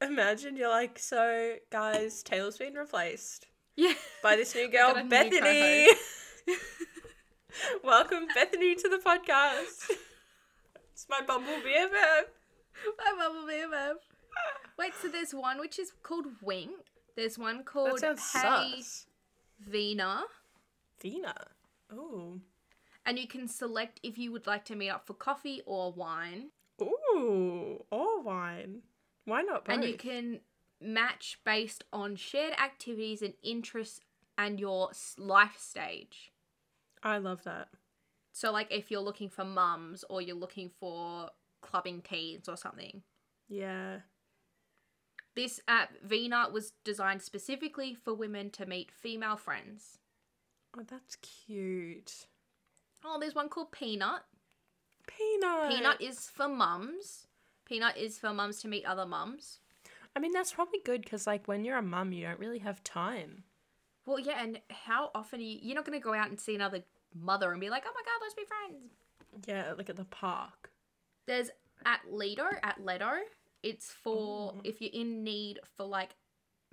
[SPEAKER 2] Imagine you're like, so guys, Taylor's been replaced
[SPEAKER 1] Yeah.
[SPEAKER 2] by this new girl,
[SPEAKER 1] got a new
[SPEAKER 2] Bethany. Welcome Bethany to the podcast. It's my Bumble BFF.
[SPEAKER 1] My bubble BFF. Wait, so there's one which is called Wink. There's one
[SPEAKER 2] That
[SPEAKER 1] called
[SPEAKER 2] sounds
[SPEAKER 1] Hey
[SPEAKER 2] sus.
[SPEAKER 1] Vina.
[SPEAKER 2] Vina. Ooh.
[SPEAKER 1] And you can select if you would like to meet up for coffee or wine.
[SPEAKER 2] Ooh, or wine. Why not both?
[SPEAKER 1] And you can match based on shared activities and interests and your s- life stage.
[SPEAKER 2] I love that.
[SPEAKER 1] So, like, if you're looking for mums or you're looking for clubbing teens or something,
[SPEAKER 2] Yeah.
[SPEAKER 1] this app, Vina, was designed specifically for women to meet female friends.
[SPEAKER 2] Oh, that's cute.
[SPEAKER 1] Oh, there's one called Peanut.
[SPEAKER 2] Peanut.
[SPEAKER 1] Peanut is for mums. Peanut is for mums to meet other mums.
[SPEAKER 2] I mean, that's probably good because, like, when you're a mum, you don't really have time.
[SPEAKER 1] Well, yeah, and how often are you, you're not going to go out and see another mother and be like, oh my god, let's be friends.
[SPEAKER 2] Yeah, like at the park.
[SPEAKER 1] There's at Lido, at Leto. It's for if you're in need for like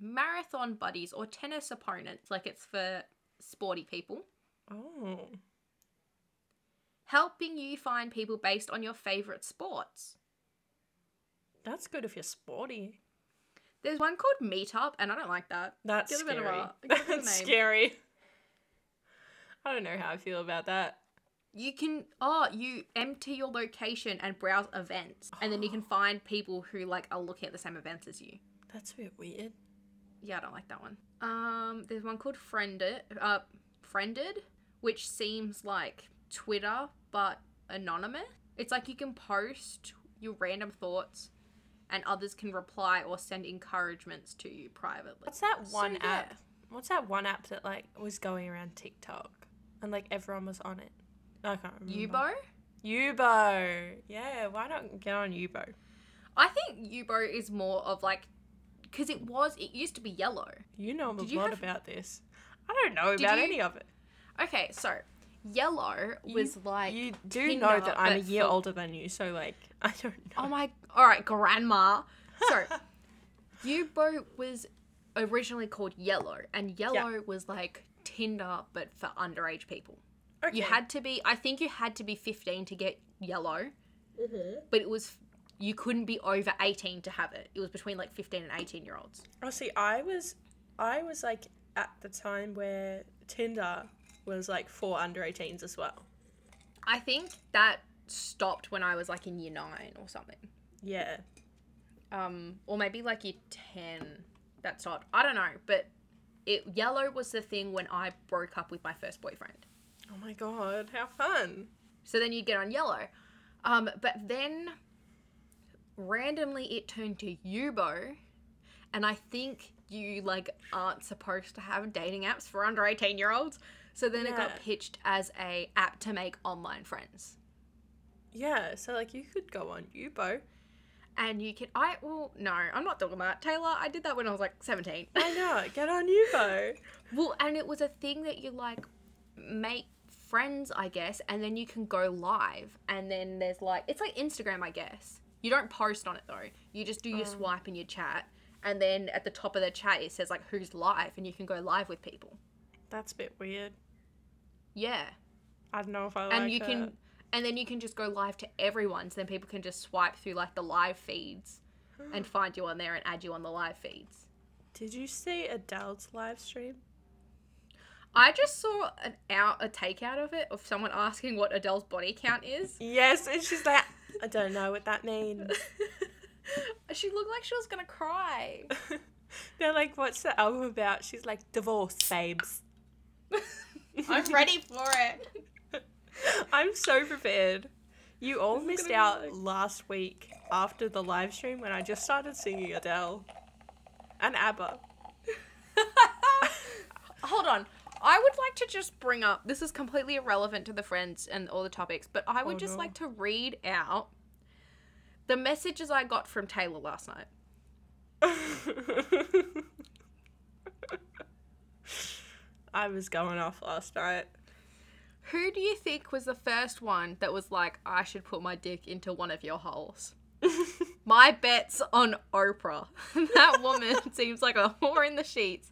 [SPEAKER 1] marathon buddies or tennis opponents, like it's for sporty people.
[SPEAKER 2] Oh.
[SPEAKER 1] Helping you find people based on your favorite sports.
[SPEAKER 2] That's good if you're sporty.
[SPEAKER 1] There's one called Meetup, and I don't like that.
[SPEAKER 2] That's
[SPEAKER 1] Give it a bit of
[SPEAKER 2] scary.
[SPEAKER 1] a- give it a bit of a
[SPEAKER 2] that's
[SPEAKER 1] name.
[SPEAKER 2] scary. I don't know how I feel about that.
[SPEAKER 1] You can oh, you empty your location and browse events, and then you can find people who like are looking at the same events as you.
[SPEAKER 2] That's a bit weird.
[SPEAKER 1] Yeah, I don't like that one. Um, there's one called Friended, uh, Friended, which seems like Twitter but anonymous. It's like you can post your random thoughts, and others can reply or send encouragements to you privately.
[SPEAKER 2] What's that
[SPEAKER 1] So,
[SPEAKER 2] one
[SPEAKER 1] yeah.
[SPEAKER 2] app? What's that one app that like was going around TikTok and like everyone was on it? I can't remember.
[SPEAKER 1] Yubo?
[SPEAKER 2] Yubo. Yeah, why not get on Yubo?
[SPEAKER 1] I think Yubo is more of like because it was it used to be yellow.
[SPEAKER 2] You know a
[SPEAKER 1] Did you
[SPEAKER 2] lot
[SPEAKER 1] have-
[SPEAKER 2] about this. I don't know about
[SPEAKER 1] you-
[SPEAKER 2] any of it.
[SPEAKER 1] Okay, so yellow
[SPEAKER 2] You-
[SPEAKER 1] was like
[SPEAKER 2] you do
[SPEAKER 1] Tinder,
[SPEAKER 2] know that I'm a
[SPEAKER 1] but
[SPEAKER 2] year
[SPEAKER 1] for-
[SPEAKER 2] older than you, so like I don't know.
[SPEAKER 1] Oh my! All right, grandma. So Yubo was originally called Yellow, and Yellow was like Tinder but for underage people.
[SPEAKER 2] okay.
[SPEAKER 1] Oh, You had to be. I think you had to be 15 to get Yellow,
[SPEAKER 2] Mm-hmm.
[SPEAKER 1] but it was you couldn't be over 18 to have it. It was between like 15 and 18 year olds.
[SPEAKER 2] Oh, see, I was, I was like at the time where Tinder was like for under 18s as well.
[SPEAKER 1] I think that stopped when I was like in year nine or something.
[SPEAKER 2] Yeah.
[SPEAKER 1] um, or maybe like year 10 that stopped. I don't know, but it yellow was the thing when I broke up with my first boyfriend.
[SPEAKER 2] Oh my god, how fun!
[SPEAKER 1] So then you'd get on yellow. Um, but then randomly it turned to Yubo, and I think you like aren't supposed to have dating apps for under 18 year olds. So then it
[SPEAKER 2] Yeah.
[SPEAKER 1] got pitched as a app to make online friends.
[SPEAKER 2] Yeah, so like you could go on Yubo.
[SPEAKER 1] And you can I well no, I'm not doing that. Taylor, I did that when I was like 17.
[SPEAKER 2] Why not? Get on Yubo.
[SPEAKER 1] Well, and it was a thing that you like make friends, I guess, and then you can go live, and then there's like it's like Instagram, I guess. You don't post on it though. You just do your
[SPEAKER 2] Mm.
[SPEAKER 1] swipe and your chat, and then at the top of the chat it says like who's live, and you can go live with people.
[SPEAKER 2] That's a bit weird.
[SPEAKER 1] Yeah,
[SPEAKER 2] I don't know if I like
[SPEAKER 1] and you
[SPEAKER 2] that.
[SPEAKER 1] can, and then you can just go live to everyone, so then people can just swipe through like the live feeds, and find you on there and add you on the live feeds.
[SPEAKER 2] Did you see Adele's live stream?
[SPEAKER 1] I just saw an out a takeout of it of someone asking what Adele's body count is.
[SPEAKER 2] Yes, and she's like, I don't know what that means.
[SPEAKER 1] she looked like she was gonna cry.
[SPEAKER 2] They're like, what's the album about? She's like, divorce, babes.
[SPEAKER 1] I'm ready for it.
[SPEAKER 2] I'm so prepared. You all
[SPEAKER 1] is gonna
[SPEAKER 2] missed
[SPEAKER 1] be
[SPEAKER 2] out
[SPEAKER 1] like-
[SPEAKER 2] last week after the live stream when I just started singing Adele and ABBA.
[SPEAKER 1] Hold on. I would like to just bring up this is completely irrelevant to the friends and all the topics, but I would
[SPEAKER 2] Oh,
[SPEAKER 1] just
[SPEAKER 2] no.
[SPEAKER 1] like to read out the messages I got from Taylor last night.
[SPEAKER 2] I was going off last night.
[SPEAKER 1] Who do you think was the first one that was like, I should put my dick into one of your holes? My bet's on Oprah. that woman seems like a whore in the sheets.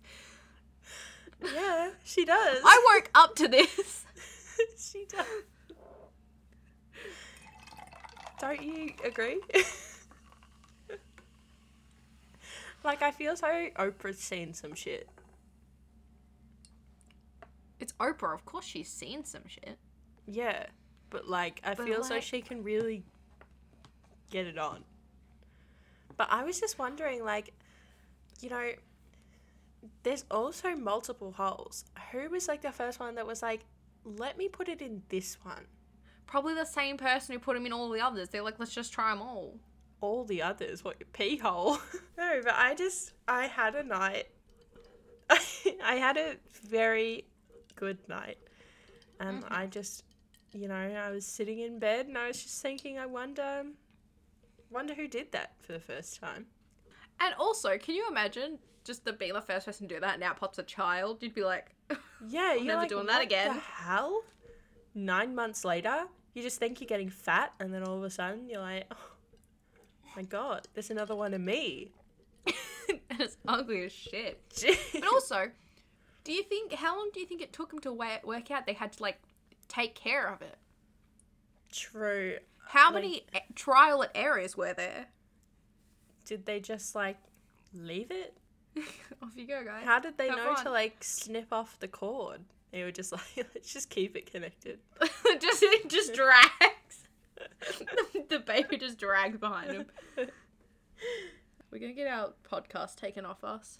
[SPEAKER 2] yeah, she does.
[SPEAKER 1] I woke up to this.
[SPEAKER 2] she does. Don't you agree? like, I feel so Oprah's seen some shit.
[SPEAKER 1] It's Oprah, of course she's seen some shit.
[SPEAKER 2] Yeah, but like I
[SPEAKER 1] But,
[SPEAKER 2] feel so
[SPEAKER 1] like-
[SPEAKER 2] she can really get it on. But I was just wondering, like, you know, there's also multiple holes. Who was like the first one that was like, let me put it in this one?
[SPEAKER 1] Probably the same person who put him in all the others. They're like, let's just try them all.
[SPEAKER 2] All the others, what your pee hole? no, but I just I had a night. I had a very good night, and I just, you know, I was sitting in bed and I was just thinking, I wonder, wonder who did that for the first time.
[SPEAKER 1] And also, can you imagine just the being the first person to do that? Now pops a child. You'd be like,
[SPEAKER 2] Yeah, you're
[SPEAKER 1] never
[SPEAKER 2] like,
[SPEAKER 1] doing that
[SPEAKER 2] "What
[SPEAKER 1] again."
[SPEAKER 2] The hell? Nine months later, you just think you're getting fat, and then all of a sudden, you're like, oh my god, there's another one of me.
[SPEAKER 1] and it's ugly as shit. But also, do you think how long do you think it took him to wa- work out? They had to like take care of it.
[SPEAKER 2] True.
[SPEAKER 1] How many e- trial and errors were there?
[SPEAKER 2] Did they just like leave it?
[SPEAKER 1] Off you go, guys.
[SPEAKER 2] How did they
[SPEAKER 1] Have
[SPEAKER 2] know to
[SPEAKER 1] fun.
[SPEAKER 2] like snip off the cord? They were just like, let's just keep it connected.
[SPEAKER 1] just it just drags. the, the baby just drags behind him. We're gonna get our podcast taken off us.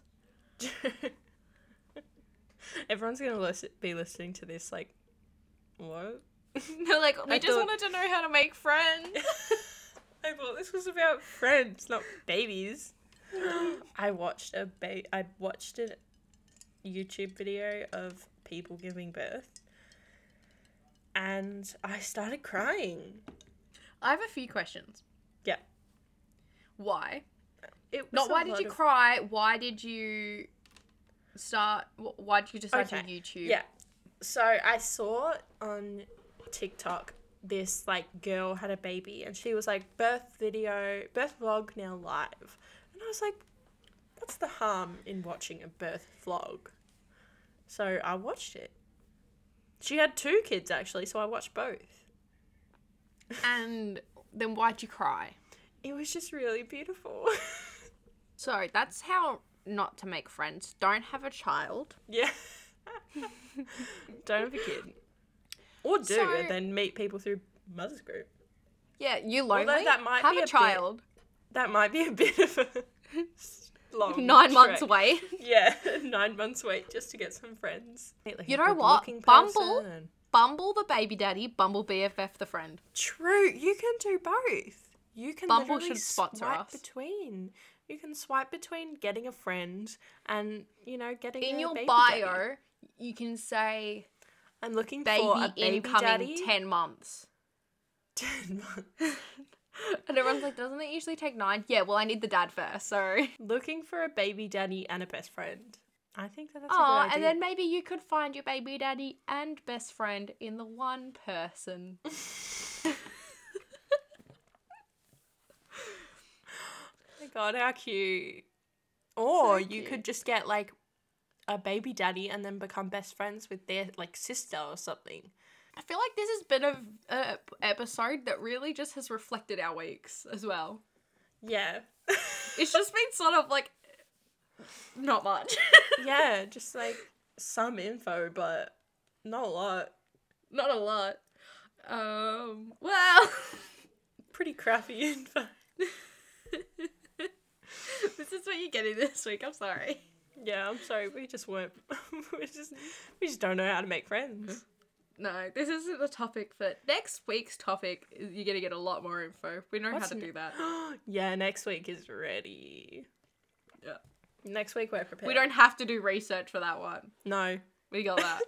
[SPEAKER 2] Everyone's gonna listen, be listening to this like, what?
[SPEAKER 1] They're like, we
[SPEAKER 2] I
[SPEAKER 1] just
[SPEAKER 2] thought-
[SPEAKER 1] wanted to know how to make friends.
[SPEAKER 2] I thought this was about friends, not babies. I watched a ba- I watched a YouTube video of people giving birth, and I started crying.
[SPEAKER 1] I have a few questions.
[SPEAKER 2] Yeah.
[SPEAKER 1] Why?
[SPEAKER 2] It was
[SPEAKER 1] Not
[SPEAKER 2] a
[SPEAKER 1] why did
[SPEAKER 2] lot
[SPEAKER 1] you
[SPEAKER 2] of-
[SPEAKER 1] cry? Why did you start? wh- Why did you just start
[SPEAKER 2] Okay.
[SPEAKER 1] doing YouTube?
[SPEAKER 2] Yeah. So I saw on TikTok this like girl had a baby and she was like birth video, birth vlog now live. And I was like what's the harm in watching a birth vlog? So I watched it. She had two kids actually, so I watched both.
[SPEAKER 1] And then why'd you cry?
[SPEAKER 2] It was just really beautiful.
[SPEAKER 1] So that's how not to make friends. Don't have a child.
[SPEAKER 2] yeah. Don't have a kid. Or do
[SPEAKER 1] So-
[SPEAKER 2] and then meet people through mother's group.
[SPEAKER 1] Yeah, you lonely.
[SPEAKER 2] that might
[SPEAKER 1] have
[SPEAKER 2] be a
[SPEAKER 1] a
[SPEAKER 2] bit
[SPEAKER 1] child.
[SPEAKER 2] That might be a bit of a long
[SPEAKER 1] Nine months
[SPEAKER 2] trek.
[SPEAKER 1] away.
[SPEAKER 2] Yeah, nine months wait just to get some friends.
[SPEAKER 1] You know what? Bumble-
[SPEAKER 2] Person.
[SPEAKER 1] Bumble the baby daddy. Bumble BFF the friend.
[SPEAKER 2] True, you can do both. You can
[SPEAKER 1] Bumble
[SPEAKER 2] literally
[SPEAKER 1] should sponsor
[SPEAKER 2] swipe
[SPEAKER 1] us.
[SPEAKER 2] between. You can swipe between getting a friend and you know getting
[SPEAKER 1] In
[SPEAKER 2] a
[SPEAKER 1] your
[SPEAKER 2] baby
[SPEAKER 1] bio,
[SPEAKER 2] daddy.
[SPEAKER 1] you can say
[SPEAKER 2] I'm looking
[SPEAKER 1] baby,
[SPEAKER 2] for a baby
[SPEAKER 1] incoming
[SPEAKER 2] daddy.
[SPEAKER 1] ten months.
[SPEAKER 2] Ten months.
[SPEAKER 1] And everyone's like, doesn't it usually take nine? Yeah, well, I need the dad first, so.
[SPEAKER 2] looking for a baby daddy and a best friend. I think that that's a
[SPEAKER 1] Oh,
[SPEAKER 2] good idea.
[SPEAKER 1] and then maybe you could find your baby daddy and best friend in the one person.
[SPEAKER 2] Oh my god, how cute. Or you
[SPEAKER 1] cute.
[SPEAKER 2] could just get like a baby daddy and then become best friends with their like sister or something.
[SPEAKER 1] I feel like this has been a, a episode that really just has reflected our weeks as well.
[SPEAKER 2] Yeah.
[SPEAKER 1] It's just been sort of like not much.
[SPEAKER 2] yeah, just like some info, but not a lot.
[SPEAKER 1] not a lot. Um, well,
[SPEAKER 2] Pretty crappy info.
[SPEAKER 1] this is what you're getting this week. I'm sorry.
[SPEAKER 2] Yeah, I'm sorry, we just weren't we just we just don't know how to make friends.
[SPEAKER 1] No, this isn't the topic for next week's topic. is You're gonna get a lot more info. We know
[SPEAKER 2] What's
[SPEAKER 1] how to
[SPEAKER 2] ne-
[SPEAKER 1] do that.
[SPEAKER 2] yeah, next week is ready.
[SPEAKER 1] Yeah.
[SPEAKER 2] Next week we're prepared.
[SPEAKER 1] We don't have to do research for that one.
[SPEAKER 2] No.
[SPEAKER 1] We got that.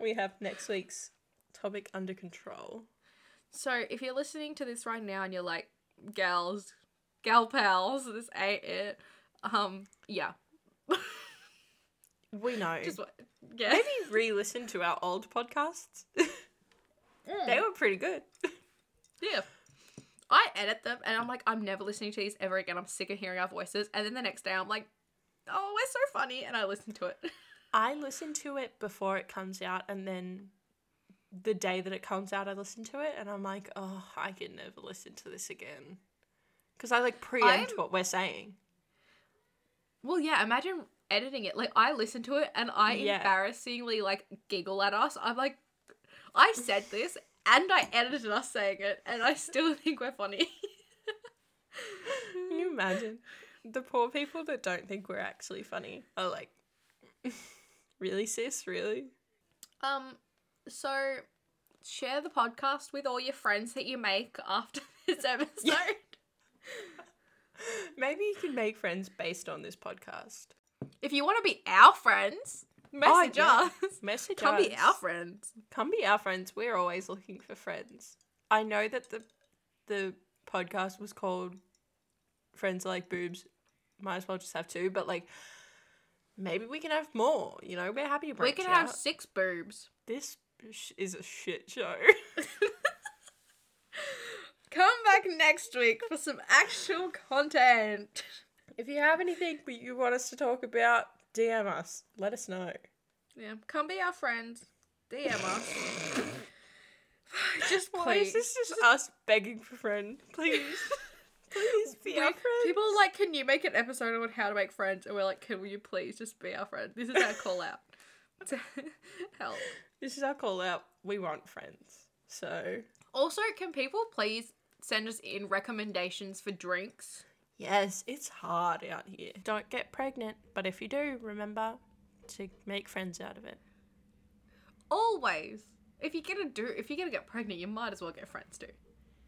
[SPEAKER 2] We have next week's topic under control.
[SPEAKER 1] so if you're listening to this right now and you're like, gals, gal pals, this ain't it. Um, yeah,
[SPEAKER 2] We know.
[SPEAKER 1] just what, yeah.
[SPEAKER 2] Maybe re-listen to our old podcasts. they were pretty good.
[SPEAKER 1] Yeah. I edit them and I'm like, I'm never listening to these ever again. I'm sick of hearing our voices. And then the next day I'm like, oh, we're so funny. And I listen to it.
[SPEAKER 2] I listen to it before it comes out, and then the day that it comes out, I listen to it, and I'm like, oh, I can never listen to this again, because I like preempt
[SPEAKER 1] I'm-
[SPEAKER 2] what we're saying.
[SPEAKER 1] well, yeah, imagine editing it. Like, I listen to it and I
[SPEAKER 2] Yeah.
[SPEAKER 1] embarrassingly, like, giggle at us. I'm like, I said this and I edited us saying it and I still think we're funny.
[SPEAKER 2] Can you imagine? The poor people that don't think we're actually funny are like, really, sis, really?
[SPEAKER 1] um, so share the podcast with all your friends that you make after this episode.
[SPEAKER 2] Maybe you can make friends based on this podcast.
[SPEAKER 1] If you want to be our friends, message
[SPEAKER 2] yeah.
[SPEAKER 1] us.
[SPEAKER 2] Message
[SPEAKER 1] Come be
[SPEAKER 2] us.
[SPEAKER 1] our friends.
[SPEAKER 2] come be our friends. We're always looking for friends. I know that the the podcast was called Friends Are Like Boobs. Might as well just have two, but like maybe we can have more. You know, we're happy to
[SPEAKER 1] We
[SPEAKER 2] branch
[SPEAKER 1] can
[SPEAKER 2] out.
[SPEAKER 1] have six boobs.
[SPEAKER 2] this sh- is a shit show.
[SPEAKER 1] Come back next week for some actual content.
[SPEAKER 2] if you have anything that you want us to talk about, DM us. Let us know.
[SPEAKER 1] Yeah, come be our friends. DM us. Just please.
[SPEAKER 2] Why is this just us begging for friends? Please, please be
[SPEAKER 1] We-
[SPEAKER 2] our friends.
[SPEAKER 1] people are like, can you make an episode on how to make friends? And we're like, can you please just be our friend? This is our call out. to help.
[SPEAKER 2] This is our call out. We want friends. So
[SPEAKER 1] Also, can people please send us in recommendations for drinks?
[SPEAKER 2] Yes, it's hard out here. Don't get pregnant, but if you do, remember to make friends out of it.
[SPEAKER 1] Always. If you're gonna do, if you're gonna get pregnant, you might as well get friends too.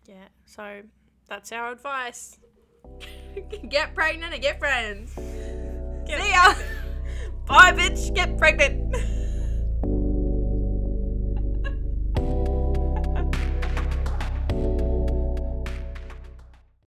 [SPEAKER 2] Yeah, so that's our advice.
[SPEAKER 1] get pregnant and get friends.
[SPEAKER 2] Get-
[SPEAKER 1] See ya.
[SPEAKER 2] Bye, bitch, get pregnant!